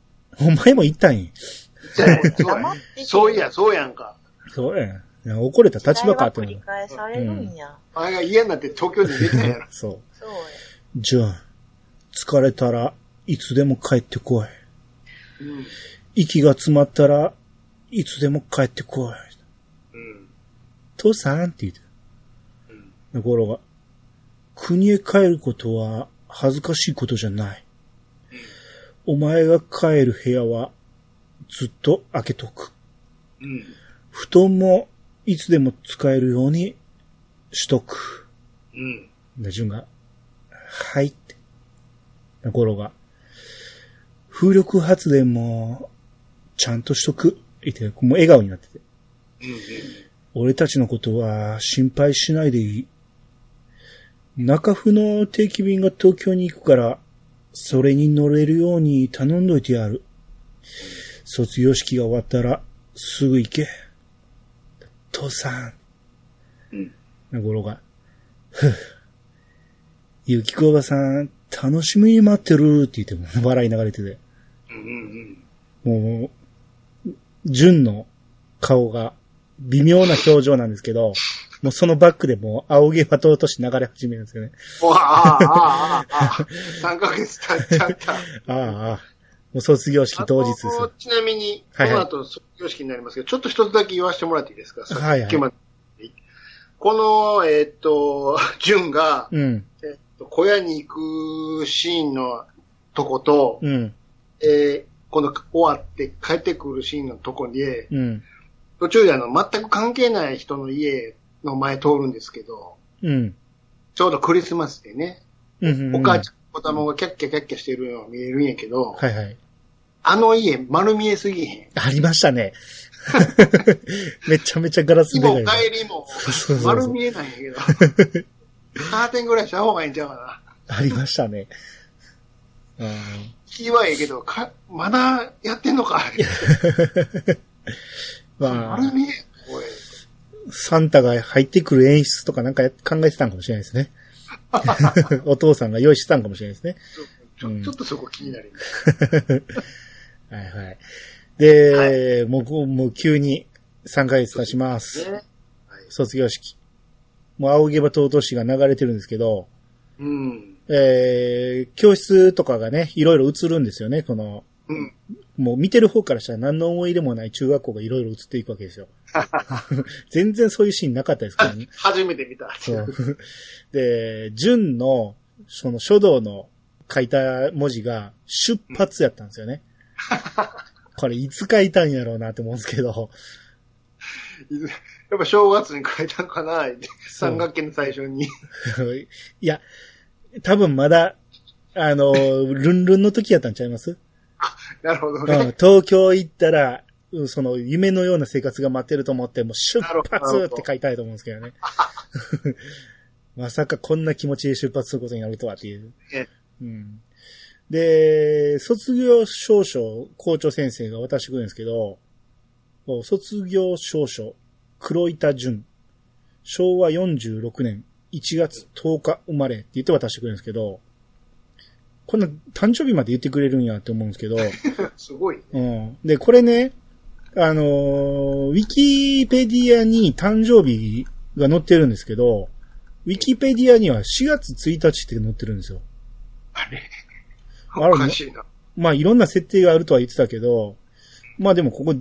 Speaker 1: お前も行ったんや。
Speaker 3: そうやそう
Speaker 2: 黙
Speaker 3: や
Speaker 2: ってて
Speaker 3: そういや、そうやんか。
Speaker 1: そうやん。いや怒れた立場かって
Speaker 2: 繰
Speaker 1: 思
Speaker 2: り
Speaker 1: う。。
Speaker 2: 返されるんや。
Speaker 3: あれが嫌になって東京に出たんやろ
Speaker 1: そう。
Speaker 2: そう
Speaker 1: じゃあ、疲れたらいつでも帰ってこい。
Speaker 3: うん。
Speaker 1: 息が詰まったらいつでも帰ってこい。
Speaker 3: うん。
Speaker 1: 父さんって言って。
Speaker 3: うん。
Speaker 1: ところが、国へ帰ることは恥ずかしいことじゃない。お前が帰る部屋はずっと開けとく。
Speaker 3: うん。
Speaker 1: 布団もいつでも使えるようにしとく。
Speaker 3: うん。
Speaker 1: で、順が、はいって。ところが、風力発電もちゃんとしとく。言って、もう笑顔になってて。
Speaker 3: うん。
Speaker 1: 俺たちのことは心配しないでいい。中府の定期便が東京に行くから、それに乗れるように頼んどいてやる。卒業式が終わったら、すぐ行け。父さん。
Speaker 3: うん。
Speaker 1: なごろが。ふぅ。ゆきこおばさん、楽しみに待ってるって言っても、笑い流れてて。
Speaker 3: うん。うん。
Speaker 1: もう、純の顔が微妙な表情なんですけど、もうそのバックでもう青毛はとうとして流れ始めるんですよね。
Speaker 3: もう、ああ、ああ、ああ。3ヶ月経っちゃった。
Speaker 1: ああ、ああもう卒業式当日です。
Speaker 3: あのちなみに、
Speaker 1: は
Speaker 3: こ
Speaker 1: いはい
Speaker 3: の後卒業式になりますけど、ちょっと一つだけ言わせてもらっていいですか
Speaker 1: はいはい
Speaker 3: さっきまでこの、えーっと、淳が、
Speaker 1: うん、
Speaker 3: えーっと小屋に行くシーンのとこと、
Speaker 1: うん、
Speaker 3: えーこの終わって帰ってくるシーンのとこに、
Speaker 1: うん、
Speaker 3: 途中であの、全く関係ない人の家の前通るんですけど、
Speaker 1: うん。
Speaker 3: ちょうどクリスマスでね、
Speaker 1: うん、
Speaker 3: お母ち
Speaker 1: ゃ
Speaker 3: ゃん、子供がキャッキャキャッキャしてるのが見えるんやけど、
Speaker 1: はいはい。
Speaker 3: あの家丸見えすぎへん。
Speaker 1: ありました ね。めちゃめちゃガラス
Speaker 3: 日も
Speaker 1: で。
Speaker 3: 帰りも
Speaker 1: そうそうそう
Speaker 3: 丸見えないん やけど、カーテンぐらいした方がいいんちゃうかな。
Speaker 1: ありましたね。うん
Speaker 3: 気はええけど、かまだやってんのか。
Speaker 1: ま
Speaker 3: 丸
Speaker 1: あ、
Speaker 3: 見え、おい。
Speaker 1: サンタが入ってくる演出とかなんかや考えてたんかもしれないですね。お父さんが用意してたんかもしれないですね。
Speaker 3: ち
Speaker 1: うん
Speaker 3: ょちょっとそこ気になります。
Speaker 1: はいはい。で、もうこう、もう急に3ヶ月経ちます。
Speaker 3: ね。
Speaker 1: 卒業式。もう青毛羽尊氏が流れてるんですけど、
Speaker 3: うん。
Speaker 1: えー、教室とかがね、いろいろ映るんですよね、この、
Speaker 3: うん。
Speaker 1: もう見てる方からしたら何の思い入れもない中学校がいろいろ映っていくわけですよ。全然そういうシーンなかったですからね。
Speaker 3: 初めて見た。
Speaker 1: そう。で、純の、その書道の書いた文字が、出発やったんですよね。これいつ書いたんやろうなって思うんですけど、
Speaker 3: やっぱ正月に書いたのかなって
Speaker 1: そう
Speaker 3: 三学期の最初 に。
Speaker 1: いや、多分まだ、あの、ルンルンの時やったんちゃいます、
Speaker 3: なるほど
Speaker 1: うん
Speaker 3: ね。
Speaker 1: 東京行ったら、うんその夢のような生活が待ってると思って、もう出発って書いたいと思うんですけどね。まさかこんな気持ちで出発することになるとはっていう。
Speaker 3: え
Speaker 1: うんで、卒業証書、校長先生が渡してくるんですけど、卒業証書、黒板淳、昭和46年1月10日生まれって言って渡してくるんですけど、こんな誕生日まで言ってくれるんやって思うんですけど、
Speaker 3: すごいね。
Speaker 1: うん。で、これね、あのーウィキペディアに誕生日が載ってるんですけど、ウィキペディアには4月1日って載ってるんですよ。
Speaker 3: あれ。
Speaker 1: ある
Speaker 3: お
Speaker 1: ね
Speaker 3: かしいな。
Speaker 1: まあいろんな設定があるとは言ってたけど、まあでもここ、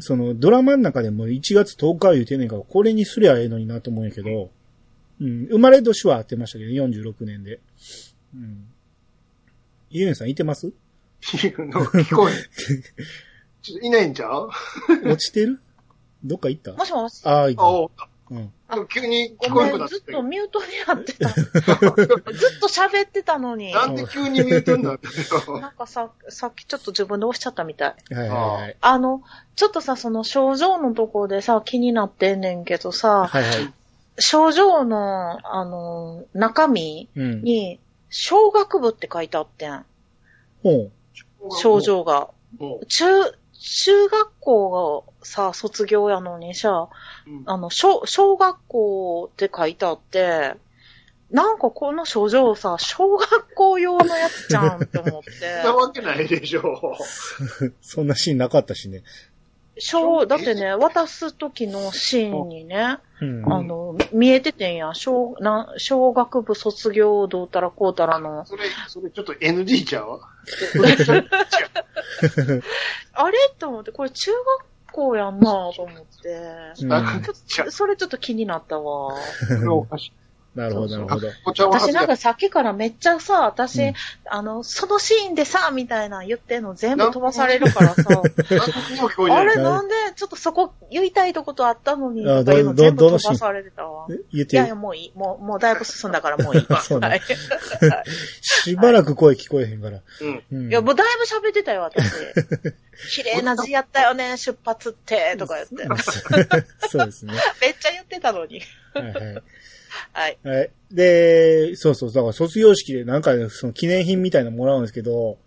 Speaker 1: そのドラマの中でも1月10日は言うてんねんから、これにすりゃええのになと思うんやけど、うん、生まれ年は合ってましたけど、46年で。うん。ゆうンさんいてます
Speaker 3: っていうの 聞こえん。ちょっといないんちゃう
Speaker 1: 落ちてるどっか行った
Speaker 2: や。もしもし。
Speaker 1: ああ、い
Speaker 3: あ、
Speaker 1: た。
Speaker 3: お
Speaker 1: うん。
Speaker 3: あ急に
Speaker 2: ご
Speaker 3: 聞こえ
Speaker 2: め、
Speaker 3: なくなんっ
Speaker 2: ず
Speaker 3: て
Speaker 2: っと
Speaker 3: た。
Speaker 2: ミュートになってた。ず っと喋ってたのに。
Speaker 3: な
Speaker 2: なん
Speaker 3: で急にミュートになったの
Speaker 2: んかさ、さっきちょっと自分で押しちゃったみたい。
Speaker 1: はいはいはい。
Speaker 2: あの、ちょっとさ、その症状のとこでさ、気になってんねんけどさ、
Speaker 1: はいはい。
Speaker 2: 症状の、あの、中身
Speaker 1: うん。
Speaker 2: に、小学部って書いてあってん。
Speaker 1: ほう。
Speaker 2: 症。状が。
Speaker 3: も
Speaker 2: 中、中学校がさ、卒業やのにさ、
Speaker 3: う、うん
Speaker 2: あの、小、小学校って書いてあって、なんかこの書状さ、小学校用のやつじゃんって思っ
Speaker 3: そんな
Speaker 2: て。
Speaker 3: わけないでしょ。
Speaker 1: そんなシーンなかったしね。
Speaker 2: 小、だってね、渡す時のシーンにね、
Speaker 1: うん。
Speaker 2: あの、見えててんや。小、な、小学部卒業どうたらこうたらの。
Speaker 3: それ、それちょっと NG ちゃうわ。
Speaker 2: あれと思って、これ中学校やんなと思って。
Speaker 1: うん
Speaker 3: なんかちゃう
Speaker 2: それちょっと気になったわ。
Speaker 3: それおかしい。
Speaker 1: なるほど、なるほど。
Speaker 3: お茶を
Speaker 2: 私なん
Speaker 3: 外
Speaker 2: かさっきからめっちゃさ、私、
Speaker 1: うん
Speaker 2: あの、そのシーンでさ、みたいな言ってんの全部飛ばされる からさ、
Speaker 3: れ何も聞こえて
Speaker 2: あ
Speaker 3: な
Speaker 2: れ
Speaker 3: い。
Speaker 2: なんで、ちょっとそこ言いたいとことあったのに、
Speaker 1: あ
Speaker 2: とかいうの
Speaker 1: ど
Speaker 2: 全部
Speaker 1: どの
Speaker 2: 飛ばされてたわ。
Speaker 1: え言っ
Speaker 2: い
Speaker 1: て
Speaker 2: やいや、もういい。もう、もうだいぶ進んだからもうい いわ。
Speaker 1: そうね
Speaker 2: はい。
Speaker 1: しばらく声聞こえへんから。
Speaker 3: うん。
Speaker 1: うん
Speaker 2: いや、もうだいぶ喋ってたよ、私。綺麗な字やったよね、出発って、とか言って。
Speaker 1: そうですね。
Speaker 2: めっちゃ言ってたのに。
Speaker 1: はいはい。
Speaker 2: はい。
Speaker 1: はい。で、そうそう、だから卒業式でなんか、その記念品みたいなのもらうんですけど、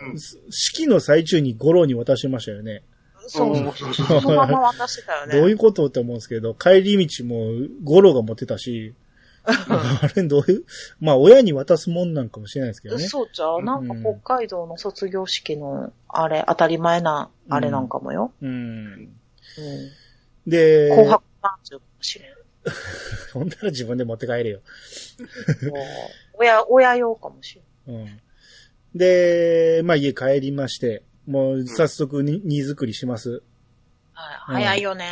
Speaker 3: うん
Speaker 1: す式の最中に五郎に渡しましたよね。
Speaker 2: そうう。
Speaker 3: んそうそう。
Speaker 2: そのまま渡してたよね。
Speaker 1: どういうことって思うんですけど、帰り道も五郎が持ってたし、 あれどういう、まあ親に渡すもんなんかもしれないですけどね。
Speaker 2: そうちゃうなんか
Speaker 1: うん
Speaker 2: 北海道の卒業式の、あれ、当たり前な、
Speaker 1: うん
Speaker 2: あれなんかもよ。
Speaker 1: うん。
Speaker 2: うん。
Speaker 1: で、
Speaker 2: 紅白まんじゅうかもしれん。
Speaker 1: ほんなら自分で持って帰れよ。
Speaker 2: もう親、親用かもしれん。
Speaker 1: うん。で、まあ家帰りまして、もう早速に荷造りします。
Speaker 2: は
Speaker 1: うん
Speaker 2: い、早いよね。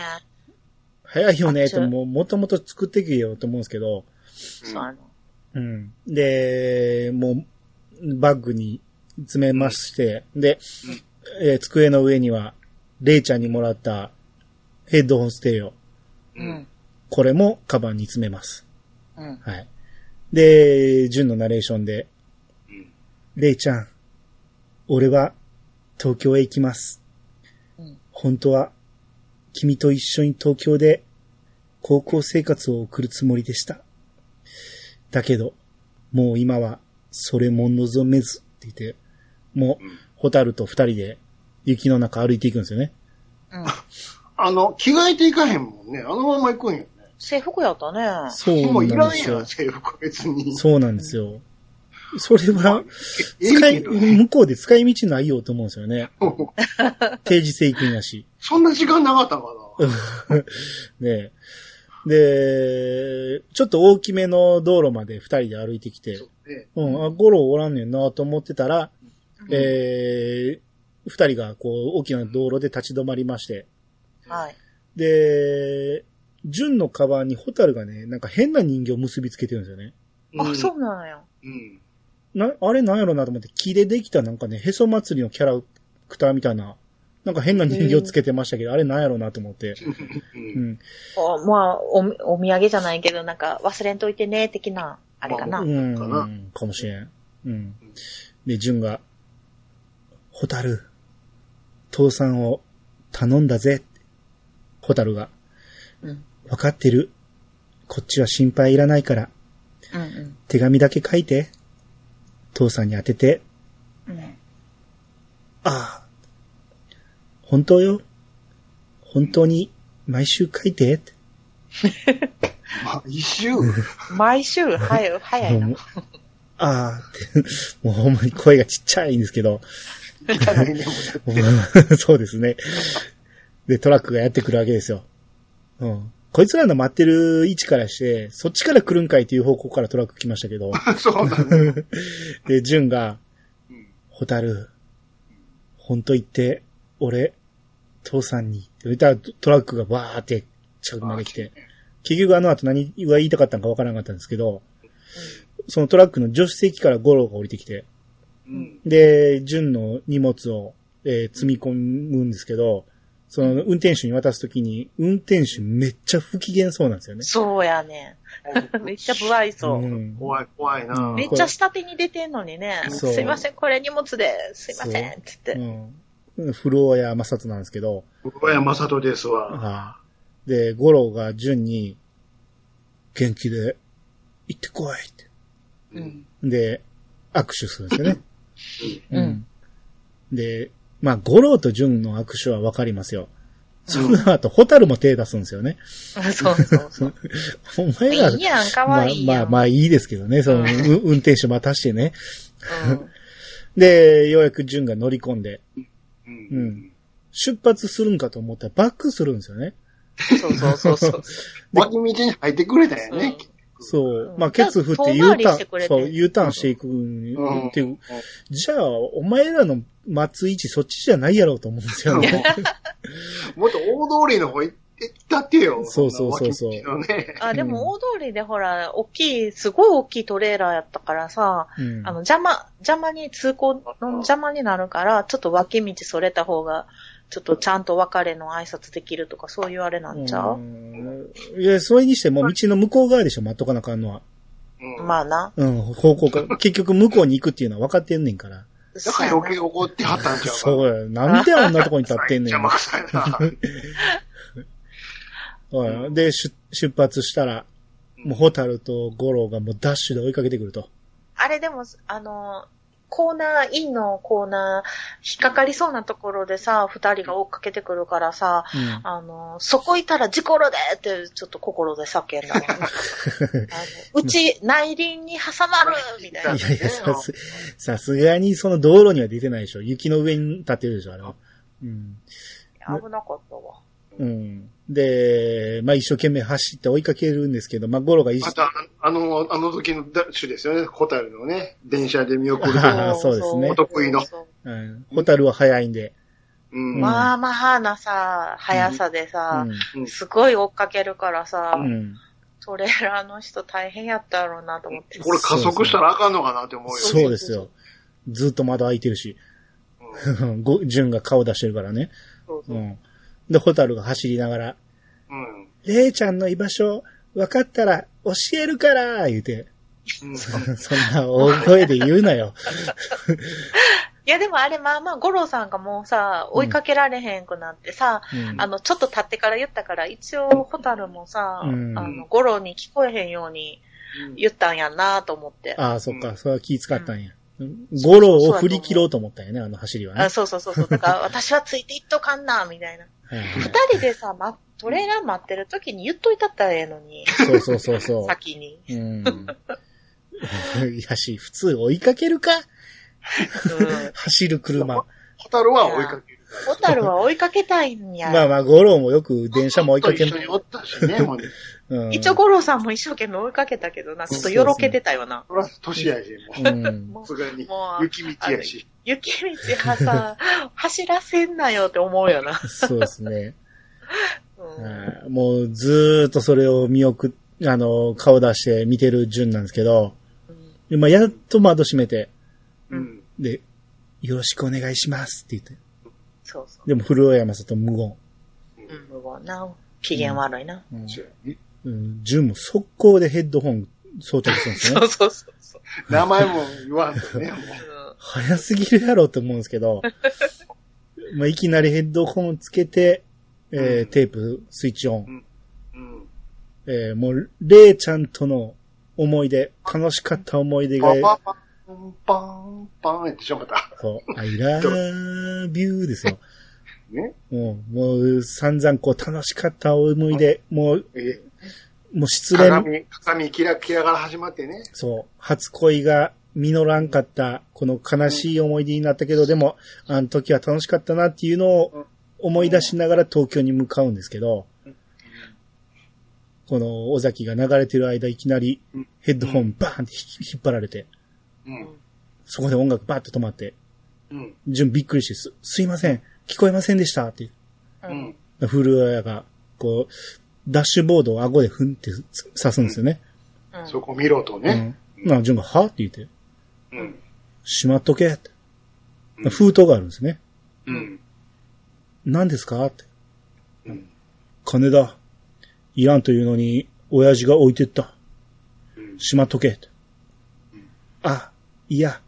Speaker 1: 早いよねって、
Speaker 2: あ違う
Speaker 1: もうもともと作ってけよと思うんですけど、
Speaker 2: そうあの。
Speaker 1: うん。で、もう、バッグに詰めまして、で、えー机の上には、レイちゃんにもらったヘッドホンステレオ。
Speaker 3: う
Speaker 2: うんん。
Speaker 1: これもカバンに詰めます。
Speaker 2: うん。
Speaker 1: はい。で、純のナレーションで、
Speaker 3: うん
Speaker 1: レイちゃん、俺は東京へ行きます。
Speaker 2: うん
Speaker 1: 本当は、君と一緒に東京で高校生活を送るつもりでした。だけど、もう今はそれも望めずって言って、もう
Speaker 3: うん、
Speaker 1: ホタルと二人で雪の中歩いていくんですよね。
Speaker 2: うん。
Speaker 3: あの、着替えていかへんもんね。あのまま行くんよね。
Speaker 2: 制服やったね。
Speaker 1: そう
Speaker 3: もうい
Speaker 1: なん
Speaker 3: らん
Speaker 1: です
Speaker 3: や
Speaker 1: よ
Speaker 3: ん、。制服別に。
Speaker 1: そうなんですよ。それは、
Speaker 3: ええ
Speaker 1: 使い、
Speaker 3: けどね。
Speaker 1: 向こうで使い道ないよと思うんですよ ね。定時制金やし。
Speaker 3: そんな時間なかったかな。
Speaker 1: ねえで、ちょっと大きめの道路まで二人で歩いてきて、
Speaker 3: ね
Speaker 1: うん、あ、ゴロおらんねんなと思ってたら、
Speaker 2: うん
Speaker 1: えー、二人がこう大きな道路で立ち止まりまして、
Speaker 2: はい。
Speaker 1: で、純のカバンにホタルがね、なんか変な人形を結びつけてるんですよね。
Speaker 2: あ、そうなんや。
Speaker 3: うん。
Speaker 1: な、あれなんやろなと思って、木でできたなんかね、へそ祭りのキャラクターみたいな、なんか変な人形つけてましたけど、あれなんやろなと思って。
Speaker 3: う。
Speaker 1: うんん。
Speaker 2: おまあ、お、お土産じゃないけど、なんか忘れんといてね、的な、あれかな。
Speaker 1: う
Speaker 2: うん
Speaker 1: ん。
Speaker 3: かな
Speaker 1: かもしれん。うん。で、純が、ホタル、父さんを頼んだぜ。ホタルが、
Speaker 2: うん。
Speaker 1: わかってる。こっちは心配いらないから、
Speaker 2: うん。
Speaker 1: 手紙だけ書いて。父さんに当てて。
Speaker 2: うん。
Speaker 1: ああ。本当よ。本当に、毎週書いて。
Speaker 3: まあ、一周。
Speaker 2: 毎週、早い、早いな。
Speaker 1: もうああって、 もうほんまに声がちっちゃいんですけど。
Speaker 3: いらないねもうだって
Speaker 1: そうですね。で、トラックがやってくるわけですよ。うん。こいつらの待ってる位置からして、そっちから来るんかいっていう方向からトラック来ましたけど、
Speaker 3: そうだね。
Speaker 1: で、ジュンが、
Speaker 3: うん
Speaker 1: ホタル、ほんと言って、俺、父さんに、って言ったらトラックがバーって近くまで来て、結局あの後何が言いたかったのかわからなかったんですけど、そのトラックの助手席からゴロが降りてきて、
Speaker 3: うん。
Speaker 1: で、純の荷物を、えー積み込むんですけど、その運転手に渡すときに、運転手めっちゃ不機嫌そうなんですよね。
Speaker 2: そうやね。めっちゃ不愛想。
Speaker 1: ん
Speaker 3: 怖い、怖いな。
Speaker 2: めっちゃ下手に出てんのにね。
Speaker 1: そう
Speaker 2: すいません、これ荷物です。すいません、
Speaker 1: そ
Speaker 2: っつって。
Speaker 1: うん。フローや正人なんですけど、
Speaker 3: 小山里ですわ。
Speaker 1: はいで、ゴロが純に、元気で、行ってこいって。
Speaker 3: うん。
Speaker 1: で、握手するんですよね。
Speaker 2: うん。
Speaker 1: で、まあ、五郎と純の握手はわかりますよ。その後、ホタルも手出すんですよね。
Speaker 2: そうそうそう。
Speaker 1: お前ら
Speaker 2: いい、やん、かわいい
Speaker 1: まあ
Speaker 2: やん。
Speaker 1: まあまあいいですけどね、その、う
Speaker 2: うん
Speaker 1: 運転手待たしてね。
Speaker 2: うん
Speaker 1: で、ようやく純が乗り込んで、
Speaker 3: う。
Speaker 1: うん出発するんかと思ったらバックするんですよね。
Speaker 2: そうそうそうそう。
Speaker 3: 脇道に入ってくれたよね。
Speaker 1: そうう。
Speaker 2: ん
Speaker 1: まあ、ケツ振っ
Speaker 2: だ
Speaker 1: て U
Speaker 2: から遠回り
Speaker 1: タ
Speaker 2: してく
Speaker 1: ーン、
Speaker 2: れてる
Speaker 1: そう、U ターンしていく
Speaker 3: うん
Speaker 1: っていう。じゃあ、お前らの待つ位置そっちじゃないやろうと思うんですよね。
Speaker 3: もっと大通りの方行ったってよ。
Speaker 1: そうそうそうそう
Speaker 3: そんな脇道のね
Speaker 2: あ、でも大通りでほら、大きい、すごい大きいトレーラーやったからさ、
Speaker 1: うん
Speaker 2: あの、邪魔、邪魔に、通行の邪魔になるから、ちょっと脇道それた方が、ちょっとちゃんと別れの挨拶できるとか、そういうあれなんちゃ
Speaker 1: う
Speaker 2: う、
Speaker 1: んいや、それにしても道の向こう側でしょ、待っとかなあかんのは。
Speaker 3: うん
Speaker 2: まあな。
Speaker 1: うん、方向か。結局向こうに行くっていうのは分かってんねんから。
Speaker 3: だから余計怒ってはったんちゃうか。
Speaker 1: そうや。なんであんなとこに立ってんねん
Speaker 3: 邪。魔くさい な。
Speaker 1: おいで、出出発したら、もうホタルとゴロがもうダッシュで追いかけてくると。
Speaker 2: あれでも、あの、コーナー、インのコーナー、引っかかりそうなところでさ、二人が追っかけてくるからさ、
Speaker 1: うん。
Speaker 2: あの、そこいたら事故ろでって、ちょっと心で叫 んだもんあのうち、内輪に挟まるみたいな。
Speaker 1: いやいや、さす、さすがにその道路には出てないでしょ。雪の上に立ってるでしょ、あれは。うん。
Speaker 2: 危なかったわ。
Speaker 1: うん。で、まあ一生懸命走って追いかけるんですけど、まあゴロが一
Speaker 3: また、あの、あの時のダッシュですよね。ホタルのね、電車で見送る。
Speaker 1: あーそうですね
Speaker 3: お得意の
Speaker 2: そう
Speaker 1: うんホタルは早いんで。
Speaker 3: うん。
Speaker 2: まあまあなさ、速さでさ、
Speaker 3: うん
Speaker 2: すごい追っかけるからさ、
Speaker 1: うん。うん。
Speaker 2: トレーラーの人大変やったやろうなと思って。
Speaker 3: これ加速したらあかんのかなって思うよ。
Speaker 1: そうですよ。ずっと窓開いてるし。
Speaker 3: う
Speaker 1: ご、純が顔出してるからね。。
Speaker 2: そうそううん
Speaker 1: で、ホタルが走りながら、
Speaker 3: ん。
Speaker 1: レイちゃんの居場所、分かったら教えるから言うて、
Speaker 3: うん。
Speaker 1: そんな大声で言うなよ。
Speaker 2: いやでもあれまあまあ、五郎さんがもうさ、追いかけられへんくなってさ、
Speaker 1: うん
Speaker 2: あの、ちょっと経ってから言ったから、一応、ホタルもさ、
Speaker 1: うん
Speaker 2: あの、五郎に聞こえへんように言ったんやなと思って。
Speaker 1: ああ、そっか、それは気使ったんや。ゴロを振り切ろうと思ったんやね、あの走りはね。
Speaker 2: あそうそうそうそう。だから、私はついていっとかんな、みたいな。
Speaker 1: はいはい
Speaker 2: 二人でさ、ま、トレーラー待ってる時に言っといたったらええのに、
Speaker 1: そうそうそうそ
Speaker 2: 先 に。
Speaker 1: う。うん。いやし、普通追いかけるか
Speaker 2: うん
Speaker 1: 走る車。
Speaker 3: ホタルは追いかける。
Speaker 2: ホタルは追いかけたいんや。
Speaker 1: まあまあ、ゴロもよく電車も追いかけ
Speaker 3: ちょっと一緒におったしね、ほんで。
Speaker 1: うん。
Speaker 2: 一応、五郎さんも一生懸命追いかけたけどな、ちょっとよろけてたよな。
Speaker 3: そら、年やし、もう。
Speaker 1: うん。
Speaker 2: もう
Speaker 3: さすがに
Speaker 2: も。う
Speaker 3: 雪道やし。
Speaker 2: 雪道はさ、走らせんなよって思うよな。
Speaker 1: そうですね。は
Speaker 2: うん
Speaker 1: いもうずーっとそれを見送っ、あの、顔出して見てる順なんですけど、まあ、やっと窓閉めて、
Speaker 3: うん。
Speaker 1: で、よろしくお願いしますって言って。
Speaker 2: そうそう。
Speaker 1: でも、古山里無言。
Speaker 2: うん、無言な。機嫌悪いな。
Speaker 1: うん
Speaker 3: そうやね
Speaker 1: うん、純も速攻でヘッドホン装着するんですね
Speaker 2: そ。うそうそうそう。
Speaker 3: 名前も言わんとね、も
Speaker 2: う
Speaker 3: う。
Speaker 2: ん
Speaker 1: 早すぎるやろって思うんですけど、まあ、いきなりヘッドホンつけて、えー
Speaker 3: うん
Speaker 1: テープスイッチオン。
Speaker 3: うん
Speaker 1: えーもう、レイちゃんとの思い出、楽しかった思い出が、
Speaker 3: パンパンパンパンパンってしょまた。
Speaker 1: そう、I love you ですよ。
Speaker 3: ね
Speaker 1: もう、もう散々こう楽しかった思い出、もう、
Speaker 3: え
Speaker 1: もう失恋、
Speaker 3: 鏡、鏡キラキラから始まってね。
Speaker 1: そう、初恋が実らんかった、この悲しい思い出になったけど、でも、あの時は楽しかったなっていうのを思い出しながら東京に向かうんですけど、この尾崎が流れてる間いきなり
Speaker 3: うん
Speaker 1: ヘッドホンバーンって引引っ張られて、
Speaker 3: うん。
Speaker 1: そこで音楽バーッと止まって、
Speaker 3: うん。
Speaker 1: 純びっくりして、す、すいません、聞こえませんでしたって。
Speaker 3: うん。
Speaker 1: 古谷が、こう、ダッシュボードを顎でふんってつ刺すんですよね。
Speaker 2: うん
Speaker 3: そこ見ろと
Speaker 1: う
Speaker 3: ね。
Speaker 1: ん。まあ、純が、はって言って、
Speaker 3: うん。
Speaker 1: しまっとけって。
Speaker 3: うん
Speaker 1: 封筒があるんですね。
Speaker 3: うん。
Speaker 1: 何ですかって。
Speaker 3: うん。
Speaker 1: 金だ。いらんというのに、親父が置いてった。
Speaker 3: うん
Speaker 1: しまっとけって。あ、いや、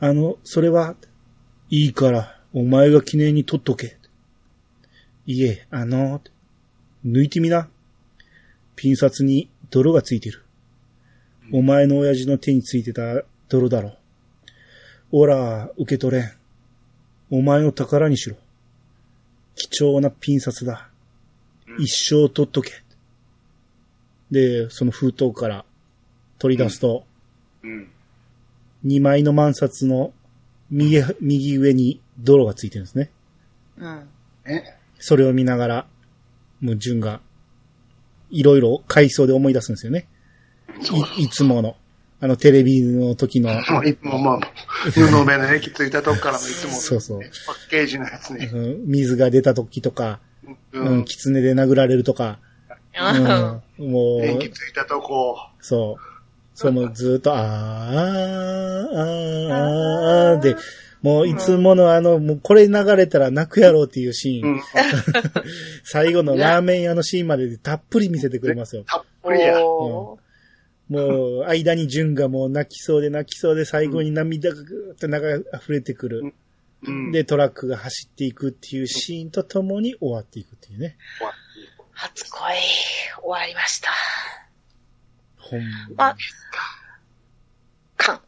Speaker 1: あの、それは、いいから、お前が記念に取っとけ。いえ、あの、抜いてみな。ピン札に泥がついてる。お前の親父の手についてた泥だろ。おら、受け取れん。お前の宝にしろ。貴重なピン札だ。一生取っとけ。で、その封筒から取り出すと、
Speaker 3: うん。
Speaker 1: 2枚の万札の右、右上に泥がついてるんですね。
Speaker 2: うん。
Speaker 3: え
Speaker 1: それを見ながら、もう順が、いろいろ回想で思い出すんですよね。いいつもの。あの、テレビの時の、
Speaker 3: もういもうまあ、布目のね、きついたとこからもいつも、
Speaker 1: そうそう
Speaker 3: パッケージのやつね。
Speaker 1: うん水が出た時とか、
Speaker 3: う
Speaker 1: うん、
Speaker 3: ん。
Speaker 1: 狐で殴られるとか、
Speaker 2: うん。
Speaker 1: うん、も
Speaker 3: 電気
Speaker 1: う、
Speaker 3: ついたとこ。
Speaker 1: そう。そのずーっと、あー、あー、あー、あーで、もういつものあの、もうこれ流れたら泣くやろうっていうシー
Speaker 3: う
Speaker 1: ン、
Speaker 3: ん。
Speaker 1: 最後のラーメン屋のシーンまでたっぷり見せてくれますよ。
Speaker 3: たっぷりや。
Speaker 2: おー
Speaker 1: もう、間に純がもう泣きそうで泣きそうで最後に涙がぐーっと流れ溢れてくる。
Speaker 3: うん。
Speaker 1: で、トラックが走っていくっていうシーンとともに終わっていくっていうね。
Speaker 3: 終わ
Speaker 2: 初恋、終わりました。
Speaker 1: ほん
Speaker 2: まあ、かん。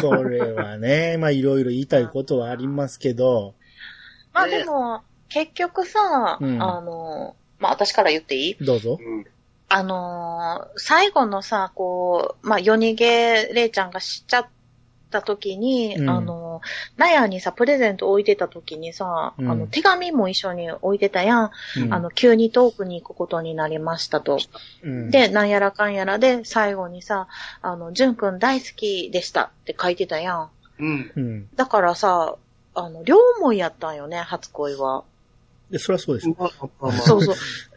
Speaker 1: これは ね、まあいろいろ言いたいことはありますけど、
Speaker 2: まあでも、結局さ、
Speaker 1: うん
Speaker 2: あの、まあ私から言っていい
Speaker 1: どうぞ
Speaker 3: っ。てうん。
Speaker 2: あのー最後のさ、こう、まあ、夜逃げ、れいちゃんがしちゃった時に、
Speaker 1: うん
Speaker 2: あのー、納屋にさ、プレゼント置いてた時にさ、
Speaker 1: うん
Speaker 2: あの、手紙も一緒に置いてたやん。
Speaker 1: うん
Speaker 2: あの、、急に遠くに行くことになりましたと。
Speaker 1: うん、
Speaker 2: で、なんやらかんやらで、最後にさ、あの、じゅんくん大好きでしたって書いてたやん。
Speaker 3: うん。
Speaker 1: うん。
Speaker 2: だからさ、あの、両思いやったんよね、初恋は。
Speaker 1: で、そりゃそうです。
Speaker 3: まあまあまあ
Speaker 2: そうそう。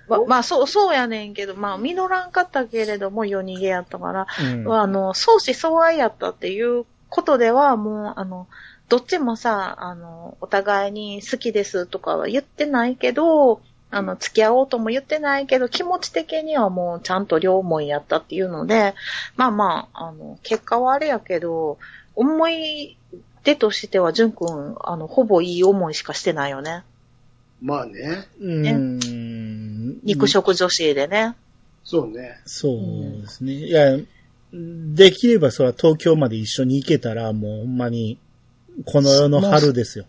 Speaker 2: ままあ、そう、そうやねんけど、まあ、実らんかったけれども、夜逃げやったから、
Speaker 1: うん。
Speaker 2: あの、相思相愛やったっていうことでは、もう、あの、どっちもさ、あの、お互いに好きですとかは言ってないけど、あの、付き合おうとも言ってないけど、気持ち的にはもうちゃんと両思いやったっていうので、まあまあ、あの、結果はあれやけど、思い出としては、じゅんくん、あの、ほぼいい思いしかしてないよね。
Speaker 3: まあね。
Speaker 1: うん。
Speaker 2: 肉食女子でね。
Speaker 3: そうね。
Speaker 1: そうですね。いや、できればそれは東京まで一緒に行けたら、もうほんまに、この世の春ですよ。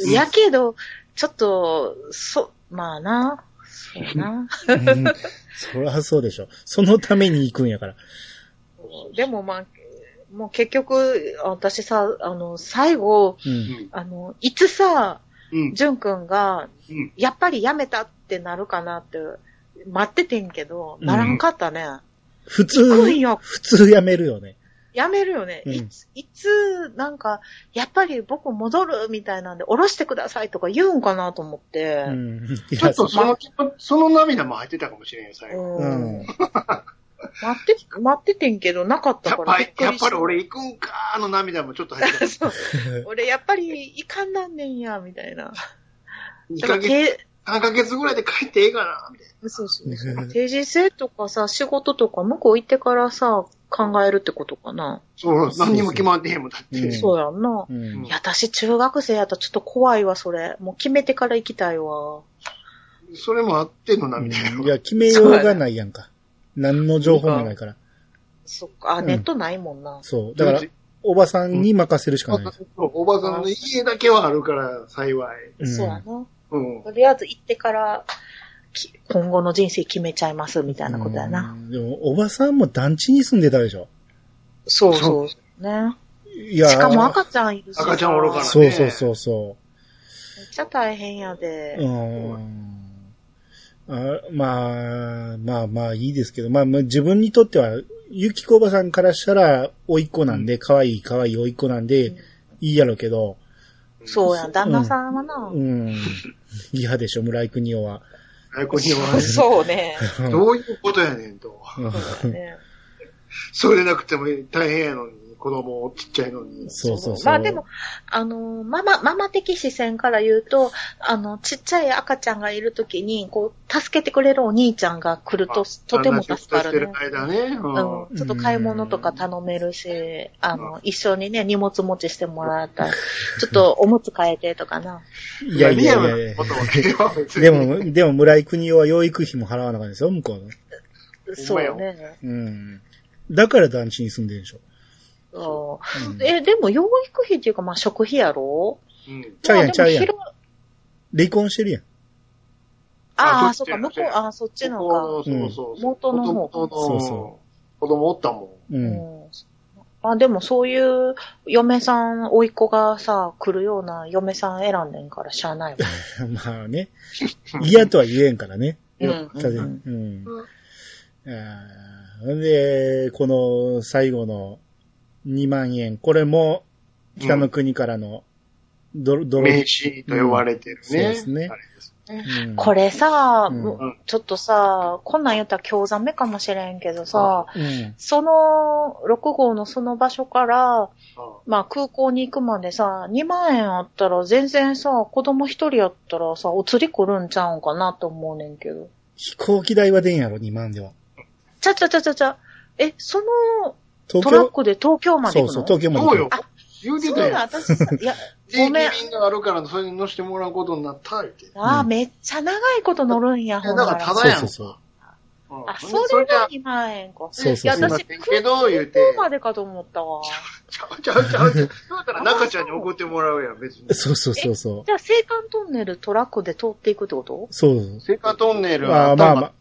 Speaker 3: うん
Speaker 2: やけど、ちょっと、そ、まあな、そうな。
Speaker 1: うんそりゃそうでしょ。そのために行くんやから。
Speaker 2: でもまあ、もう結局、私さ、あの、最後、
Speaker 1: う。
Speaker 3: うんん。
Speaker 2: あの、いつさ、
Speaker 3: うん。
Speaker 2: ジュン君が、
Speaker 3: うん
Speaker 2: やっぱりやめたってなるかなって、待っててんけど、ならんかったね。
Speaker 1: 普
Speaker 2: 行くん
Speaker 1: 通
Speaker 2: よ、
Speaker 1: 普通やめるよね。
Speaker 2: やめるよね。
Speaker 1: うん
Speaker 2: いつ、いつ、なんか、やっぱり僕戻るみたいなんで、降ろしてくださいとか言うんかなと思って
Speaker 1: う。ん。い
Speaker 3: ちょ
Speaker 1: や
Speaker 3: っとその、その涙も入ってたかもしれんよ、最後。
Speaker 1: う
Speaker 2: うん
Speaker 1: ん。
Speaker 2: 待って、待っててんけど、なかった
Speaker 3: や
Speaker 2: か
Speaker 3: っ
Speaker 2: ら
Speaker 3: ぱ
Speaker 2: び
Speaker 3: り
Speaker 2: っ、く
Speaker 3: や
Speaker 2: り
Speaker 3: っ
Speaker 2: し
Speaker 3: ぱり
Speaker 2: た。
Speaker 3: 俺行くんかーの涙もちょっと入って た。
Speaker 2: そう俺やっぱりいかんなんねんや、みたいな。
Speaker 3: 2
Speaker 2: だか
Speaker 3: ヶ
Speaker 2: ら
Speaker 3: 月、
Speaker 2: け
Speaker 3: 3ヶ月ぐらいで帰ってええかな、みたい
Speaker 2: そうそうそう。定時制とかさ、仕事とか向こう行ってからさ、考えるってことかな。
Speaker 3: な。
Speaker 1: そ
Speaker 3: そうう、何にも決まってへんもん、だっ
Speaker 1: うん
Speaker 3: て。
Speaker 2: そうやんな。
Speaker 1: うん
Speaker 2: いや、私中学生やったらちょっと怖いわ、それ。もう決めてから行きたいわ。
Speaker 3: それもあっての涙や
Speaker 1: い
Speaker 3: ろ。
Speaker 1: や、決めようがないやんか。何の情報もないから。
Speaker 2: そっか、あ、
Speaker 1: うん
Speaker 2: ネットないもんな。
Speaker 1: そう。だから、おばさんに任せるしかないです。
Speaker 3: おばさんの家だけはあるから、幸い。
Speaker 1: ん
Speaker 2: そうやな。
Speaker 3: うん。
Speaker 2: とりあえず行ってから、き今後の人生決めちゃいます、みたいなことやな。
Speaker 1: うんでも、おばさんも団地に住んでたでしょ。
Speaker 2: そうそうそう。ね。
Speaker 1: いやー
Speaker 2: しかも赤ちゃんいるしさ。
Speaker 3: 赤ちゃんおるからね
Speaker 1: そうそうそうそ
Speaker 2: めっちゃ大変やで
Speaker 1: う。。うん。あまあ、まあまあいいですけど、まあまあ自分にとっては、ゆきこおばさんからしたら、おいっ子なんで、可愛い可愛いおいっ子なんで、
Speaker 2: うん
Speaker 1: いいやろうけど、
Speaker 2: そうやん、旦那さんはな。
Speaker 1: うん。嫌でしょ、村井国夫は。
Speaker 3: 最高には
Speaker 2: そ うね。
Speaker 3: どういうことやねんと。
Speaker 2: そうやね。
Speaker 3: それなくても大変やのに、子供ちっちゃいのに。
Speaker 1: そうそうそう。
Speaker 2: まあでも、、あの、ママ、ママ的視線から言うと、あの、ちっちゃい赤ちゃんがいるときに、こう、助けてくれるお兄ちゃんが来ると、とても助か
Speaker 3: して
Speaker 2: る
Speaker 3: る
Speaker 2: ね。
Speaker 3: 間ね。
Speaker 2: う、
Speaker 3: うんん。
Speaker 2: ちょっと買い物とか頼めるし、あの、一緒にね、荷物持ちしてもらったり、ちょっとおむつ変えてとかな。
Speaker 1: いやいやいやい
Speaker 3: リアル
Speaker 1: や
Speaker 3: なことはねまあ別に
Speaker 1: でも、でも村井国夫は養育費も払わなかったんですよ、向こうの。
Speaker 2: そうね。
Speaker 1: うん。だから団地に住んでるんでしょ。
Speaker 2: そ
Speaker 1: うん
Speaker 2: う。え、でも養育費っていうか、まあ食費やろ
Speaker 3: うん。
Speaker 1: ちゃうやん
Speaker 2: まあ
Speaker 1: ちゃうやん
Speaker 2: でも広
Speaker 1: 離婚してるやん。
Speaker 2: あ
Speaker 3: あ
Speaker 2: あ、そっか、
Speaker 3: ど
Speaker 2: 向
Speaker 3: っ
Speaker 2: こ
Speaker 3: ちや
Speaker 2: う、ああ、そっちの
Speaker 3: こ
Speaker 2: か。
Speaker 3: こそうそう。
Speaker 2: 元の方
Speaker 3: 元の
Speaker 1: そうそ
Speaker 3: 子供おったも
Speaker 1: う。
Speaker 2: うんん。あ、でもそういう嫁さん、甥っ子がさ、来るような嫁さん選んでんからしゃあないわ。
Speaker 1: まあね。
Speaker 3: ん。
Speaker 1: 嫌とは言えんからね。
Speaker 3: うん
Speaker 1: ただ
Speaker 2: うん
Speaker 1: うん
Speaker 3: うん。
Speaker 1: あーほんで、この最後の2万円。これも、北の国からの、ドロ、ドロ、
Speaker 3: 名刺と呼ばれてるね。
Speaker 1: うんそうですね
Speaker 3: あれです
Speaker 1: うん
Speaker 2: これさ、
Speaker 1: うん
Speaker 2: もうちょっとさ、こんなん言ったら興ざめかもしれんけどさ、
Speaker 1: うん。
Speaker 2: その6号のその場所から、
Speaker 3: あ
Speaker 2: まあ空港に行くまでさ、2万円あったら全然さ、子供一人やったらさ、お釣り来るんちゃうんかなと思うねんけど。
Speaker 1: 飛行機代は出んやろ、2万では。
Speaker 2: ちゃちゃちゃちゃちゃ。え、その
Speaker 1: 東
Speaker 2: トラッ
Speaker 1: 京、
Speaker 2: クで東京まで
Speaker 1: そ
Speaker 2: 行
Speaker 1: う
Speaker 2: く
Speaker 1: そう、
Speaker 2: の
Speaker 1: 東京まで行
Speaker 3: そ
Speaker 1: く
Speaker 3: うよ。言うて
Speaker 2: そう
Speaker 3: た
Speaker 2: だ、
Speaker 3: よ。
Speaker 2: 私さ、いや、
Speaker 3: 定
Speaker 2: ごめん
Speaker 3: 期便があるから、それに乗せてもらうことになったって。
Speaker 2: あ
Speaker 1: う
Speaker 2: あ、
Speaker 1: ん
Speaker 2: めっちゃ長いこと乗るんや、
Speaker 3: いや
Speaker 2: ほん
Speaker 3: だ
Speaker 2: な。
Speaker 3: かららただやん
Speaker 1: そう
Speaker 3: か。
Speaker 1: そうそう
Speaker 3: うん
Speaker 2: あ、
Speaker 3: ほん
Speaker 2: そ
Speaker 3: でそ
Speaker 2: れ
Speaker 3: れじゃ
Speaker 2: が、2万円か。
Speaker 1: そうそう
Speaker 2: いや、
Speaker 1: そう。
Speaker 2: 私、
Speaker 3: すいませんけど言うて
Speaker 2: 空港までかと思ったわ。
Speaker 3: ちゃうちゃうちゃうちゃう。そうやったら中ちゃんに送ってもらうやん、別に。
Speaker 1: そうそうそうそう。
Speaker 2: じゃあ、青函トンネルトラックで通っていくってこと
Speaker 1: そう。
Speaker 3: セカトンネル
Speaker 1: ま
Speaker 3: は
Speaker 1: あま
Speaker 3: 頭、
Speaker 1: あま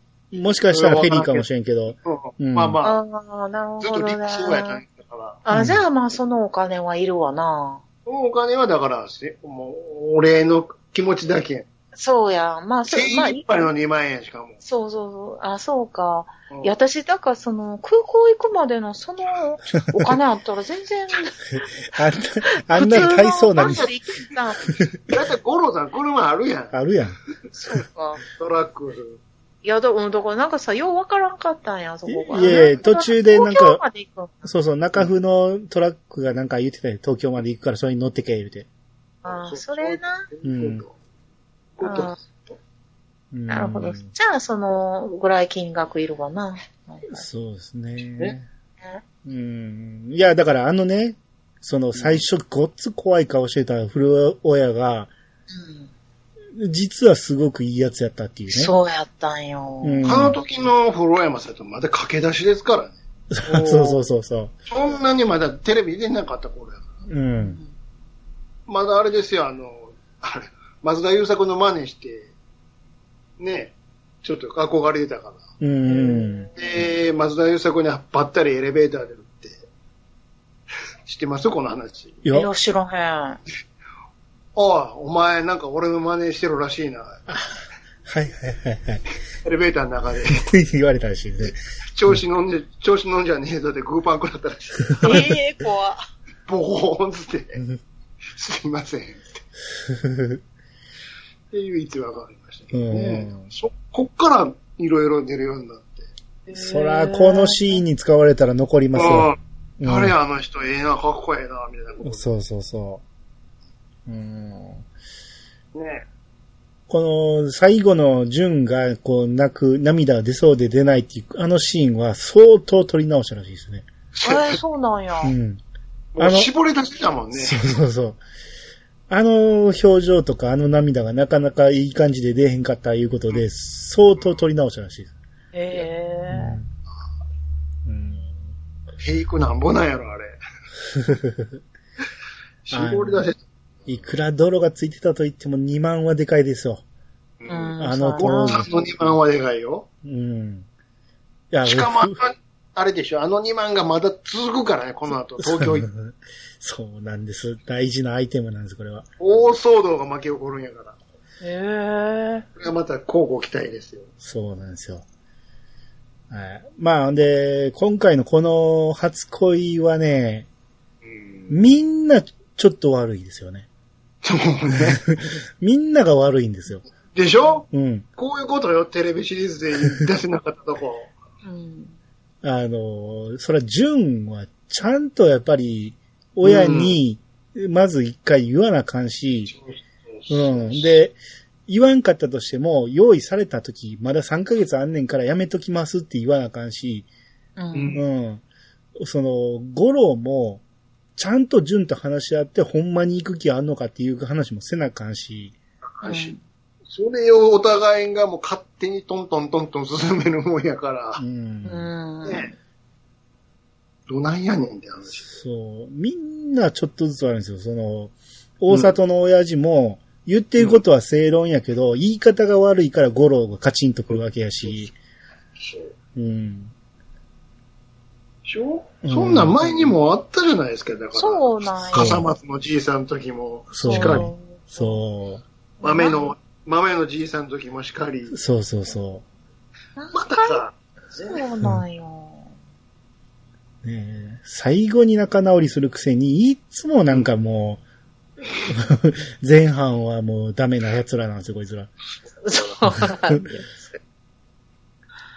Speaker 1: あ、もしかしたらフェリーかもしれんけど、
Speaker 3: う
Speaker 1: うん
Speaker 3: んまあまあ、
Speaker 2: ああ、なるほ
Speaker 3: ずっと
Speaker 2: ど
Speaker 3: 陸
Speaker 2: ね。
Speaker 3: 送やったんだから。
Speaker 2: あ、じゃあ、まあ、そのお金はいるわな。
Speaker 3: そのお金はだから、せもう、お礼の気持ち だけ。
Speaker 2: そうや。まあ、そ
Speaker 3: 精
Speaker 2: う、まあ、い
Speaker 3: 一杯の2万円しかも。
Speaker 2: そうそうそう。あ、そうか。
Speaker 3: うん
Speaker 2: いや、私、だから、その、空港行くまでの、その、お金あったら全 然、
Speaker 1: あんな、あんな大層な
Speaker 2: 普通の
Speaker 1: 店
Speaker 2: バスで行けた。
Speaker 3: だって五郎さん車あるやん。
Speaker 1: あるやん。
Speaker 2: そうか。
Speaker 3: トラック。
Speaker 2: いや、だうんだからなんかさ、ようわからんかったんや、そこが。
Speaker 1: いえいえ途中でなんか
Speaker 2: 東京まで行く
Speaker 1: そうそう、中風のトラックがなんか言ってたよ。東京まで行くからそれに乗ってけ、言うて。
Speaker 2: あーそれな。
Speaker 1: うん
Speaker 3: こと。
Speaker 1: うん
Speaker 2: なるほど。じゃあ、そのぐらい金額いるわな。
Speaker 1: そうですね。うん。いや、だからあのね、その最初ごっつ怖い顔してた古親が、実はすごくいいやつやったっていうね。
Speaker 2: そうやったんよ。
Speaker 1: うん
Speaker 3: あの時の古山さんとまだ駆け出しですからね。
Speaker 1: そうそうそうそう。
Speaker 3: そんなにまだテレビ出なかった頃やから。
Speaker 1: うん。
Speaker 3: まだあれですよ、あの、あれ、松田優作の真似して、ね、ちょっと憧れてたか
Speaker 1: う
Speaker 3: ら。
Speaker 1: ん。
Speaker 3: で、松田優作にばったりエレベーターで乗って、知ってますこの話。
Speaker 1: い
Speaker 2: い
Speaker 1: や、
Speaker 2: や、知ら へん。
Speaker 3: ああ、お前なんか俺の真似してるらしいな。
Speaker 1: はいはいはいはい。
Speaker 3: エレベーターの中で、
Speaker 1: 言われたらしいね。
Speaker 3: 調子飲んで、調子飲んじゃねえぞでグーパン食らった らしい。
Speaker 2: ええ、怖っ。
Speaker 3: ボーンつって、すいません。っていう逸話がありましたけどね
Speaker 1: う。ん
Speaker 3: そ、こっからいろいろ出るようになって。
Speaker 1: そら、このシーンに使われたら残りますよ。
Speaker 3: うん。誰やあの人、ええな、かっこええな、みたいなこ
Speaker 1: うん
Speaker 3: と
Speaker 1: そうそうそう。うん
Speaker 3: ね。
Speaker 1: この最後の純がこう泣く、涙が出そうで出ないっていう、あのシーンは相当撮り直したらしいですね。
Speaker 2: ええ、そうなんや
Speaker 1: う。ん。
Speaker 3: もう絞り出してたもんね。
Speaker 1: そうそうそう。あの表情とかあの涙がなかなかいい感じで出へんかったいうことで、相当撮り直したらしいです。
Speaker 2: ええ。
Speaker 1: うん。
Speaker 3: フェイクなんぼなんやろ、あ れ。絞り出せ。
Speaker 1: いくら泥がついてたと言っても2万はでかいですよ。
Speaker 3: う。
Speaker 2: うんん
Speaker 1: あの
Speaker 2: そうや
Speaker 1: 当
Speaker 2: な
Speaker 1: 時
Speaker 3: あの2万はでかいよ。
Speaker 1: うん。いや
Speaker 3: しかもあ
Speaker 1: ふ
Speaker 3: の、あれでしょ、あの2万がまだ続くからね、この後、東京行って。
Speaker 1: そうなんです。大事なアイテムなんです、これは。
Speaker 3: 大騒動が巻き起こるんやから。
Speaker 2: ええ。
Speaker 3: これはまた交互期待ですよ。
Speaker 1: そうなんですよ。はい。まあ、んで、今回のこの初恋はね、
Speaker 3: うん。
Speaker 1: みんなちょっと悪いですよね。
Speaker 3: そうね。
Speaker 1: みんなが悪いんですよ。
Speaker 3: でしょ
Speaker 1: うん。
Speaker 3: こういうことよ、テレビシリーズで出せなかったとこ。
Speaker 2: うん。
Speaker 1: あの、それは、純はちゃんとやっぱり、親に、まず一回言わなあかんし、うん。で、言わんかったとしても、用意された時、まだ3ヶ月あんねんからやめときますって言わなあかんし、
Speaker 2: うん。
Speaker 1: うん。その、五郎も、ちゃんと純と話し合って、ほんまに行く気あんのかっていう話もせなあかんし、
Speaker 2: うん
Speaker 3: それをお互いがもう勝手にトントントントン進めるもんやから
Speaker 1: う。ん。
Speaker 2: うん。
Speaker 3: ねどないやねんって話。
Speaker 1: そう。みんなちょっとずつあるんですよ。その、大里の親父も、言ってることは正論やけど、言い方が悪いから五郎がカチンとくるわけやし、
Speaker 3: そ
Speaker 1: う
Speaker 3: う。
Speaker 1: ん。
Speaker 3: しょそんなん前にもあったじゃないですか、だから。
Speaker 2: そうなんや。
Speaker 3: 笠松のじいさんの時も、
Speaker 1: そう
Speaker 3: しかり。
Speaker 1: そ
Speaker 3: 豆の、豆のじいさんの時もしかり
Speaker 1: う。。そうそうそ
Speaker 3: またさ、
Speaker 2: そうなんや。
Speaker 1: う。ねえ最後に仲直りするくせに、いつもなんかもう、 前半はもうダメな奴らなんですよ、こいつら。
Speaker 2: そうなんです。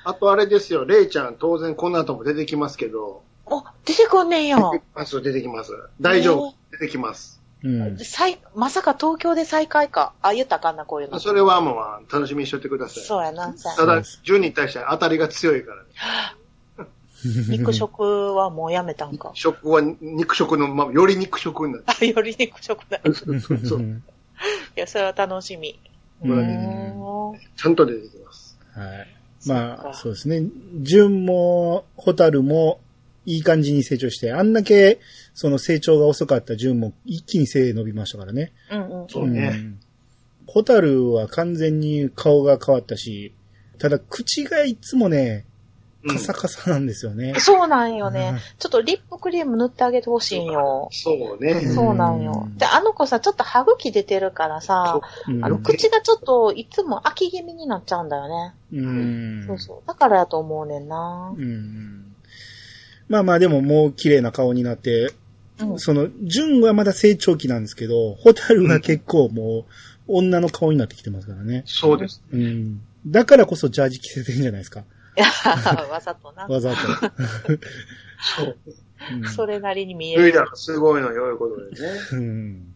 Speaker 3: あとあれですよ、レイちゃん当然この後も出てきますけど、
Speaker 2: あ、出てこんねんや。
Speaker 3: あ、そう出てきます。大丈
Speaker 2: え
Speaker 3: 夫、出てきます。
Speaker 1: うん。
Speaker 2: 再まさか東京で再開か。あ、言ったらあかんな、こういうの。
Speaker 3: それはもう楽しみにしとってください。
Speaker 2: そうやな。そうや
Speaker 3: た
Speaker 2: な
Speaker 3: だ、順に対して当たりが強いから、ね、
Speaker 2: 肉食はもうやめたんか。
Speaker 3: 食は肉食のまま、より肉食になる。
Speaker 2: あ、より肉食だ。い
Speaker 3: そう
Speaker 1: うん
Speaker 2: や、それは楽しみ。
Speaker 1: うん
Speaker 2: うーん
Speaker 3: ちゃんと出てきます。
Speaker 1: はい。ま
Speaker 2: そ
Speaker 1: あ、
Speaker 2: っか
Speaker 1: そうですね。純も、ホタルも、いい感じに成長して、あんだけ、その成長が遅かった純も、一気に背伸びましたからね。
Speaker 2: うんうん。
Speaker 3: そうね。
Speaker 1: ん。ホタルは完全に顔が変わったし、ただ口がいつもね、
Speaker 3: うん
Speaker 1: カサカサなんですよね。
Speaker 2: そうなんよね
Speaker 1: うん。
Speaker 2: ちょっとリップクリーム塗ってあげてほしいんよ。
Speaker 3: そう
Speaker 1: うん
Speaker 3: ね。
Speaker 2: そうなんよ。で、あの子さ、ちょっと歯茎出てるからさ、あの、口がちょっといつも飽き気味になっちゃうんだよね。
Speaker 1: うん。
Speaker 2: そうそう。だからやと思うねんな。
Speaker 1: うん。まあまあでももう綺麗な顔になって、
Speaker 2: うん
Speaker 1: その、純はまだ成長期なんですけど、ホタルが結構もう、女の顔になってきてますからね。
Speaker 3: そうです。
Speaker 1: うん。だからこそジャージ着せてんじゃないですか。
Speaker 2: いや、 わざとな。
Speaker 1: わざと。
Speaker 3: そう。
Speaker 1: うん
Speaker 2: それなりに見え
Speaker 3: 脱いだ
Speaker 2: る。
Speaker 3: らすごいの良いことでね。
Speaker 1: うん。で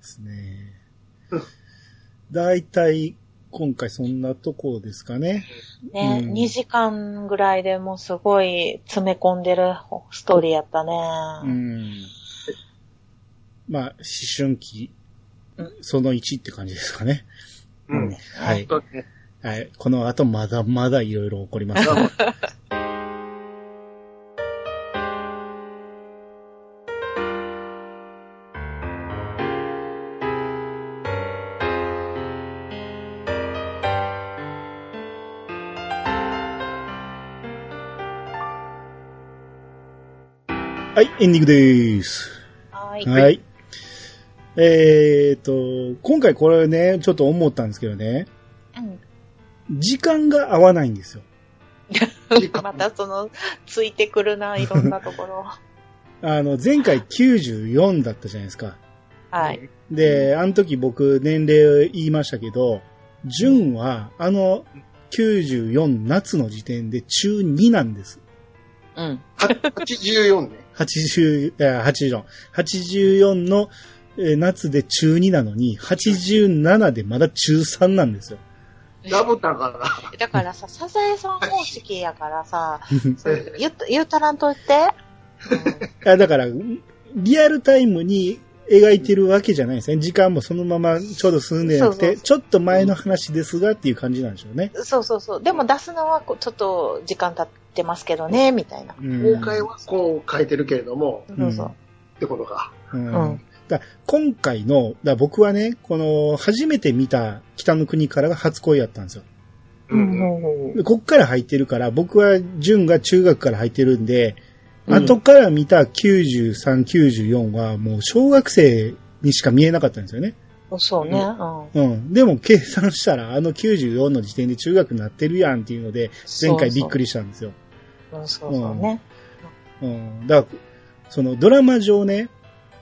Speaker 1: すね。だいたい、今回そんなとこですかね。
Speaker 2: ね、
Speaker 1: うん
Speaker 2: 2時間ぐらいでもうすごい詰め込んでるストーリーやったね。
Speaker 1: うん。まあ、思春期
Speaker 2: うん、
Speaker 1: その1って感じですかね。
Speaker 3: うん。
Speaker 1: はい。
Speaker 3: 本当にね
Speaker 1: はい。この後まだまだいろいろ起こりますから。はい、エンディングです。
Speaker 2: はい。
Speaker 1: はい。えーっと、今回これね、ちょっと思ったんですけどね、
Speaker 2: うん
Speaker 1: 時間が合わないんですよ。
Speaker 3: 時 間
Speaker 2: またその、ついてくるな、いろんなところ。
Speaker 1: あの、前回94だったじゃないですか。
Speaker 2: はい。
Speaker 1: で、あの時僕年齢言いましたけど、純はあの94夏の時点で中2なんです。
Speaker 2: うん。
Speaker 3: 84ね。
Speaker 1: 80、えー、84。84のえー夏で中2なのに、87でまだ中3なんです よ。
Speaker 3: ダブったから。
Speaker 2: だからさ、サザエさん方式やからさ、そう言った言うたらんといて。
Speaker 1: あだから、リアルタイムに描いてるわけじゃないですね。時間もそのままちょうど進んでなく
Speaker 2: そう
Speaker 1: て、
Speaker 2: そう
Speaker 1: ちょっと前の話ですがっていう感じなんでしょうね。
Speaker 2: うんそうそうそう。でも出すのはこう、ちょっと時間経ってますけどね、みたいな。
Speaker 1: うん
Speaker 3: 公開はこう書いてるけれども、
Speaker 2: そうそう。
Speaker 3: ってことか。
Speaker 1: うん
Speaker 2: うん
Speaker 1: だから今回の、だから僕はね、この、初めて見た北の国からが初恋やったんですよ。
Speaker 3: うん。
Speaker 1: でこっから入ってるから、僕は純が中学から入ってるんで、
Speaker 3: うん
Speaker 1: 後から見た93、94はもう小学生にしか見えなかったんですよね。
Speaker 2: うんそうね。うん。
Speaker 1: うん。でも計算したら、あの94の時点で中学になってるやんっていうので、前回びっく
Speaker 2: り。
Speaker 1: りしたんですよ。
Speaker 2: うん、そうそうね。
Speaker 1: うん。だから、そのドラマ上ね、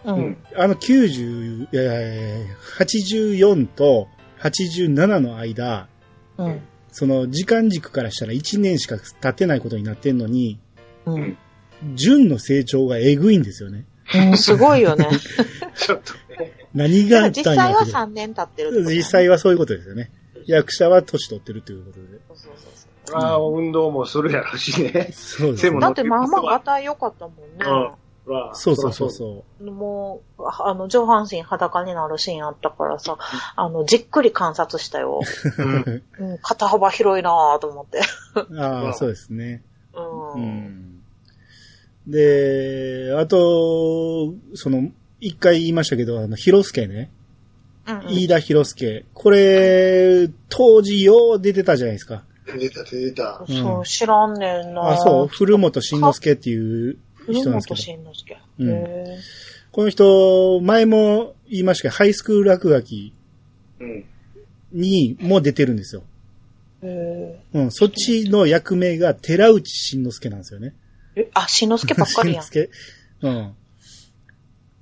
Speaker 2: うん。
Speaker 1: あの90、いやいやいや84と87の間、
Speaker 2: うん。
Speaker 1: その時間軸からしたら1年しか経ってないことになってんのに、
Speaker 2: うん。
Speaker 1: 純の成長がえぐいんですよね。
Speaker 2: うん、すごいよ ね。
Speaker 3: ちょっとね。
Speaker 1: 何
Speaker 2: で
Speaker 1: があ
Speaker 2: も
Speaker 1: った
Speaker 2: 実
Speaker 1: んや
Speaker 2: 際は
Speaker 1: けど
Speaker 2: 3年経ってるってことだね
Speaker 1: 実際はそういうことですよね。役者は年取ってるということで。
Speaker 2: そうそうそう
Speaker 3: まあ、運動もするやろしね。
Speaker 1: そうです
Speaker 3: で
Speaker 1: ね
Speaker 3: も
Speaker 2: だってまあまあガタイ良かったもんね。
Speaker 3: まあ
Speaker 1: そうそうそう そう。
Speaker 2: もう、ああの、上半身裸になるシーンあったからさ、あの、じっくり観察したよ。
Speaker 3: う。うん
Speaker 2: うん、肩幅広いなぁと思って。
Speaker 1: あ
Speaker 3: う
Speaker 1: あ、
Speaker 3: ん
Speaker 1: そうですね。
Speaker 2: う。
Speaker 1: うんん。で、あと、その、一回言いましたけど、あの、広助ね。
Speaker 2: うんうん。
Speaker 1: 飯田広助。これ、当時よう出てたじゃないですか。
Speaker 3: 出た、出た。
Speaker 2: そうう、
Speaker 1: ん
Speaker 2: 知らんねんな。
Speaker 1: あ、そう、古本慎之介っていう
Speaker 2: 古
Speaker 1: 人なんで
Speaker 2: 本
Speaker 1: すけど。
Speaker 2: 慎之介。へ
Speaker 1: うん
Speaker 2: え。
Speaker 1: この人、前も言いましたけど、ハイスクール落書き
Speaker 3: うん。
Speaker 1: にも出てるんですよ。
Speaker 2: へ
Speaker 1: うん、そっちの役名が寺内慎之介なんですよね。
Speaker 2: ええあ、しんのすけばっかりや ん。
Speaker 1: 慎之介うん。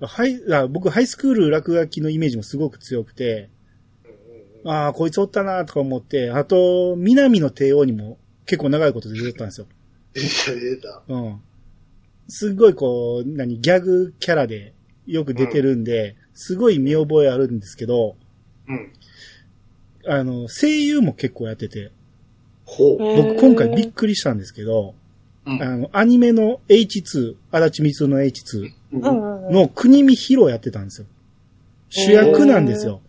Speaker 1: はい、あ僕、ハイスクール落書きのイメージもすごく強くて、ああ、こいつおったなとか思って、あと、南の帝王にも結構長いこと出てたんですよ。
Speaker 3: 出た、出た。
Speaker 1: うん。すっごいこう、何、ギャグキャラでよく出てるんで、すごい見覚えあるんですけど、
Speaker 3: うん。
Speaker 1: あの、声優も結構やってて、
Speaker 3: ほう。
Speaker 1: 僕今回びっくりしたんですけど、
Speaker 3: うん
Speaker 1: あの、アニメの H2、足立みつの H2
Speaker 2: うんうんうん。
Speaker 1: の国見ヒロやってたんですよ。主役なんですよ。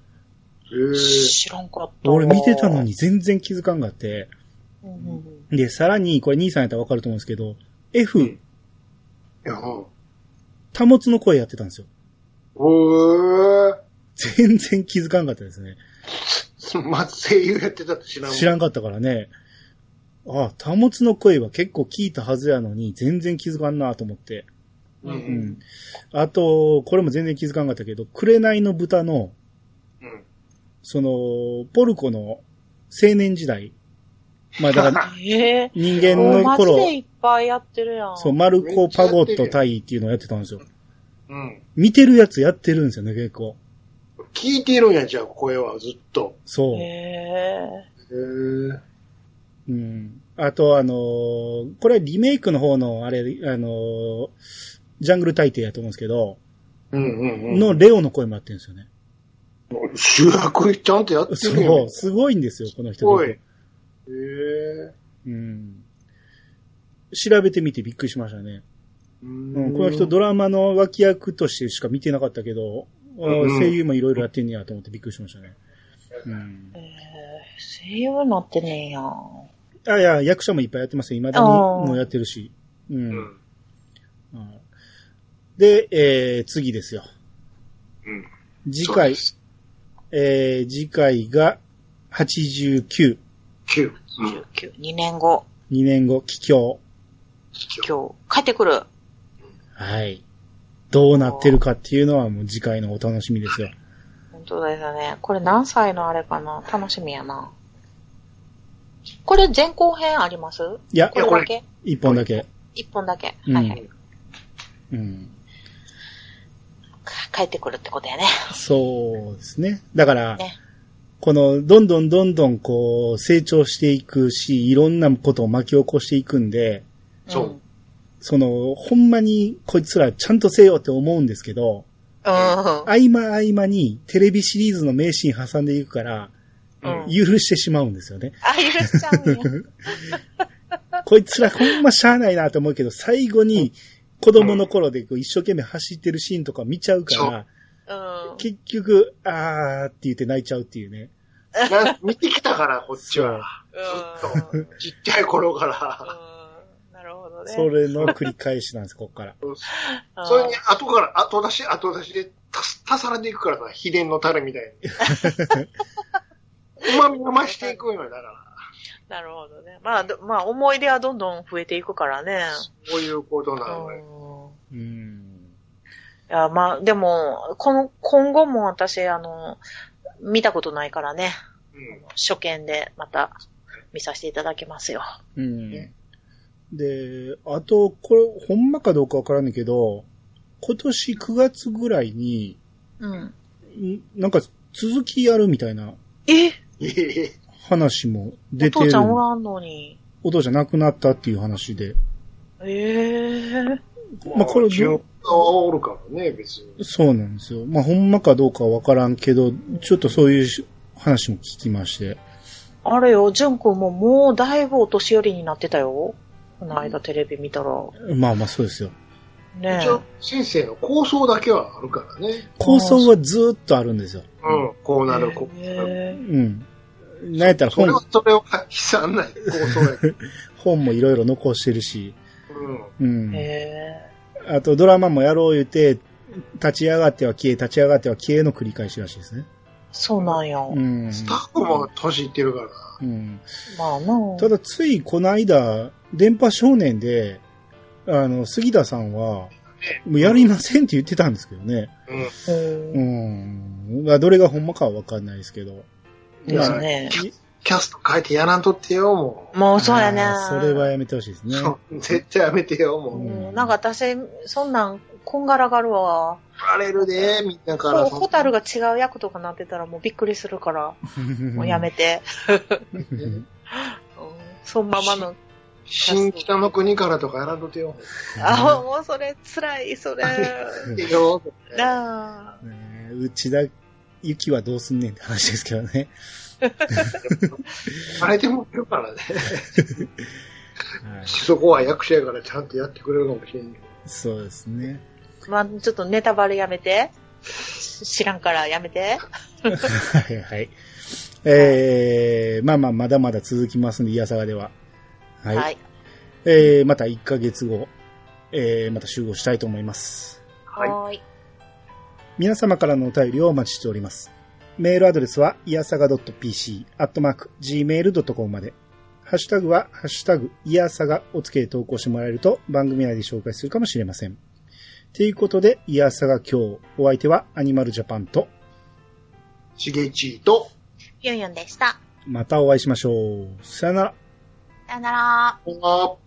Speaker 3: へ
Speaker 2: 知らんかった。
Speaker 1: 俺見てたの。に全然気づかんがあって。
Speaker 2: うんうんうん
Speaker 1: で、さらに、これ兄さんやったらわかると思うんですけど、F、
Speaker 3: うんえ。うん。
Speaker 1: タモツの声やってたんですよ。
Speaker 3: おー。
Speaker 1: 全然気づかんかったですね。
Speaker 3: まず声優やってたって知らんもん。
Speaker 1: 知らんかったからね。ああ、タモツの声は結構聞いたはずやのに、全然気づかんなと思って。
Speaker 3: う。
Speaker 1: うんん。あと、これも全然気づかんかったけど、紅の豚の、
Speaker 3: うん。
Speaker 1: その、ポルコの青年時代。まあだ から、
Speaker 2: へえ。
Speaker 1: 人間
Speaker 2: もう
Speaker 1: の
Speaker 2: マジ
Speaker 1: 頃、
Speaker 2: でいっぱいやってるやん。
Speaker 1: そう、マルコ・パゴット対っていうのをやってたんですよ。
Speaker 3: うん。
Speaker 1: 見てるやつやってるんですよね、結構。
Speaker 3: 聞いてるんや、じゃあ、声はずっと。
Speaker 1: そう。
Speaker 2: へ
Speaker 3: へー。
Speaker 1: うん。あと、あのーこれはリメイクの方の、あれ、あのージャングル大帝やと思うんですけど、
Speaker 3: うんうんうん。
Speaker 1: のレオの声もやってるんですよね。
Speaker 3: 主役ちゃんとやってる
Speaker 1: そ
Speaker 3: よ
Speaker 1: う、。すごいんですよ、この
Speaker 3: す
Speaker 1: 人。
Speaker 3: ごい。へー。
Speaker 1: うん。調べてみてびっくりしましたね。
Speaker 3: う
Speaker 1: うんん、この人ドラマの脇役としてしか見てなかったけど、あー
Speaker 3: うんうん
Speaker 1: 声優もいろいろやってんねやと思ってびっくりしましたね。うん
Speaker 2: え。。へえ。声優になってねえやん。
Speaker 1: あ、いや、役者もいっぱいやってますよ。未だに
Speaker 2: あー
Speaker 1: もうやってるし。うん。
Speaker 3: うん。
Speaker 1: うんで、えー、次ですよ。
Speaker 3: うん。
Speaker 1: 次
Speaker 3: そう
Speaker 1: 回
Speaker 3: で、す。
Speaker 1: えー、次回が89、
Speaker 3: 9。うん。
Speaker 2: 19、2年後、
Speaker 1: 2年後、帰郷。
Speaker 2: 今日、帰ってくる。
Speaker 1: はい。どうなってるかっていうのはもう次回のお楽しみですよ。
Speaker 2: 本当ですね。これ何歳のあれかな楽しみやな。これ前後編あります
Speaker 1: いや
Speaker 2: こ、れだけ
Speaker 1: 一本だけ。
Speaker 2: 一本だけ。
Speaker 1: うん
Speaker 2: はいはい。
Speaker 1: うん。
Speaker 2: 帰ってくるってことやね。
Speaker 1: そうですね。だから
Speaker 2: ね、
Speaker 1: この、どんどんどんどんこう、成長していくし、いろんなことを巻き起こしていくんで、
Speaker 3: そう
Speaker 2: うん。
Speaker 1: その、ほんまにこいつらちゃんとせよって思うんですけど、
Speaker 2: うん。
Speaker 1: 合間合間にテレビシリーズの名シーン挟んでいくから、
Speaker 2: うん
Speaker 1: 許してしまうんですよね。
Speaker 2: あ、許しちゃうんや。
Speaker 1: こいつらほんましゃあないなと思うけど、最後に子供の頃でこう一生懸命走ってるシーンとか見ちゃうから、
Speaker 2: うん。
Speaker 1: 結局、あーって言って泣いちゃうっていうね。
Speaker 3: な見てきたから、こっちは。
Speaker 2: うん。うん
Speaker 3: ちっちゃい頃から。
Speaker 2: なるほどね。
Speaker 1: それの繰り返し なんです、こっから。
Speaker 2: うん
Speaker 3: それに、後から、後出し、後出しで足す、足されていくからさ、秘伝のタレみたいに。うまみが増していくんよ、だから。
Speaker 2: なるほどね。まあ、どまあ、思い出はどんどん増えていくからね。
Speaker 3: こういうこと
Speaker 2: う
Speaker 3: なの
Speaker 2: ん。
Speaker 3: よ。
Speaker 1: うん。
Speaker 2: いや、まあ、でも、この、今後も私、あの、見たことないからね。
Speaker 3: うん。
Speaker 2: 初見でまた見させていただきますよ。
Speaker 1: うん
Speaker 2: ね。
Speaker 1: で、あと、これ、ほんまかどうかわからんけど、今年9月ぐらいに、
Speaker 2: うん。
Speaker 1: んなんか続きやるみたいな
Speaker 2: え
Speaker 3: いえいえ
Speaker 1: 話も
Speaker 2: お
Speaker 1: 出てる。
Speaker 2: 父ちゃんおらんのに。
Speaker 1: お父ちゃん亡くなったっていう話で。
Speaker 2: ええ
Speaker 1: まあ、これ
Speaker 3: 需
Speaker 1: ど
Speaker 3: 要がおるからね、別に。
Speaker 1: う、そうなんですよ。まあ、ほんまかどうかわからんけど、ちょっとそういうし話も聞きまして。
Speaker 2: あれよ、ジュン君ももうだいぶお年寄りになってたよ。この間テレビ見たら。
Speaker 1: まあまあ、そうですよ。
Speaker 2: ね
Speaker 3: 一応、先生の構想だけはあるからね。
Speaker 1: 構想はずーっとあるんですよ。
Speaker 3: うん。こう
Speaker 2: え。
Speaker 3: なる、こうなる。
Speaker 2: え
Speaker 1: うん。なんやったら
Speaker 3: それ
Speaker 1: 本
Speaker 3: は、、それは悲惨な構想やけど。
Speaker 1: 本もいろいろ残してるし。
Speaker 3: ううん。
Speaker 1: うん。
Speaker 2: へ
Speaker 1: あと、ドラマもやろう言うて、立ち上がっては消え、立ち上がっては消えの繰り返しらしいですね。
Speaker 2: え、そうなんや。
Speaker 1: うん。
Speaker 3: スタッフも年いってるからな。
Speaker 1: うん。
Speaker 2: まあな。
Speaker 1: ただ、ついこの間、電波少年で、あの、杉田さんは、もうやりませんって言ってたんですけどね。
Speaker 3: うん。
Speaker 2: うん。
Speaker 1: うん。まあどれがほんまかはわかんないですけど。
Speaker 2: ですね。
Speaker 3: キャスト変えてやらんとってよ、も
Speaker 2: もうそうやね
Speaker 1: あー。それはやめてほしいです
Speaker 3: う。
Speaker 1: ね。
Speaker 3: 絶対やめてよ、もう。
Speaker 2: うんなんか私、そんなん、こんがらがるわ。
Speaker 3: バレるで、みんなから。
Speaker 2: こうホタルが違う役とかなってたらもうびっくりするから、 もうやめて。うんそのままの。
Speaker 3: 新北の国からとかやらんとってよ。
Speaker 2: あ、もうそれ、辛い、それ。
Speaker 3: いいよ
Speaker 2: なあ。
Speaker 1: ねえ内田ゆきはどうすんねんって話ですけどね。
Speaker 3: バレてもらうからね。 そこは役者やからちゃんとやってくれるかもしれんよ。
Speaker 1: そうですね。
Speaker 2: まあ、ちょっとネタバレやめて。し知らんからやめて。
Speaker 1: はいはい。えー、まあまあ、まだまだ続きますんで、いやさがでは。はい。
Speaker 2: はい。
Speaker 1: えー、また1ヶ月後、えー、また集合したいと思います。
Speaker 3: はい
Speaker 2: はーい。
Speaker 1: 皆様からのお便りをお待ちしております。メールアドレスは、いやさが .pc、アットマーク、gmail.com まで。ハッシュタグは、ハッシュタグ、いやさがをつけて投稿してもらえると、番組内で紹介するかもしれません。ということで、いやさが今日、お相手は、アニマルジャパンと、
Speaker 3: しげちーと、
Speaker 2: ユンユンでした。
Speaker 1: またお会いしましょう。さよなら。
Speaker 2: さよなら。
Speaker 3: あー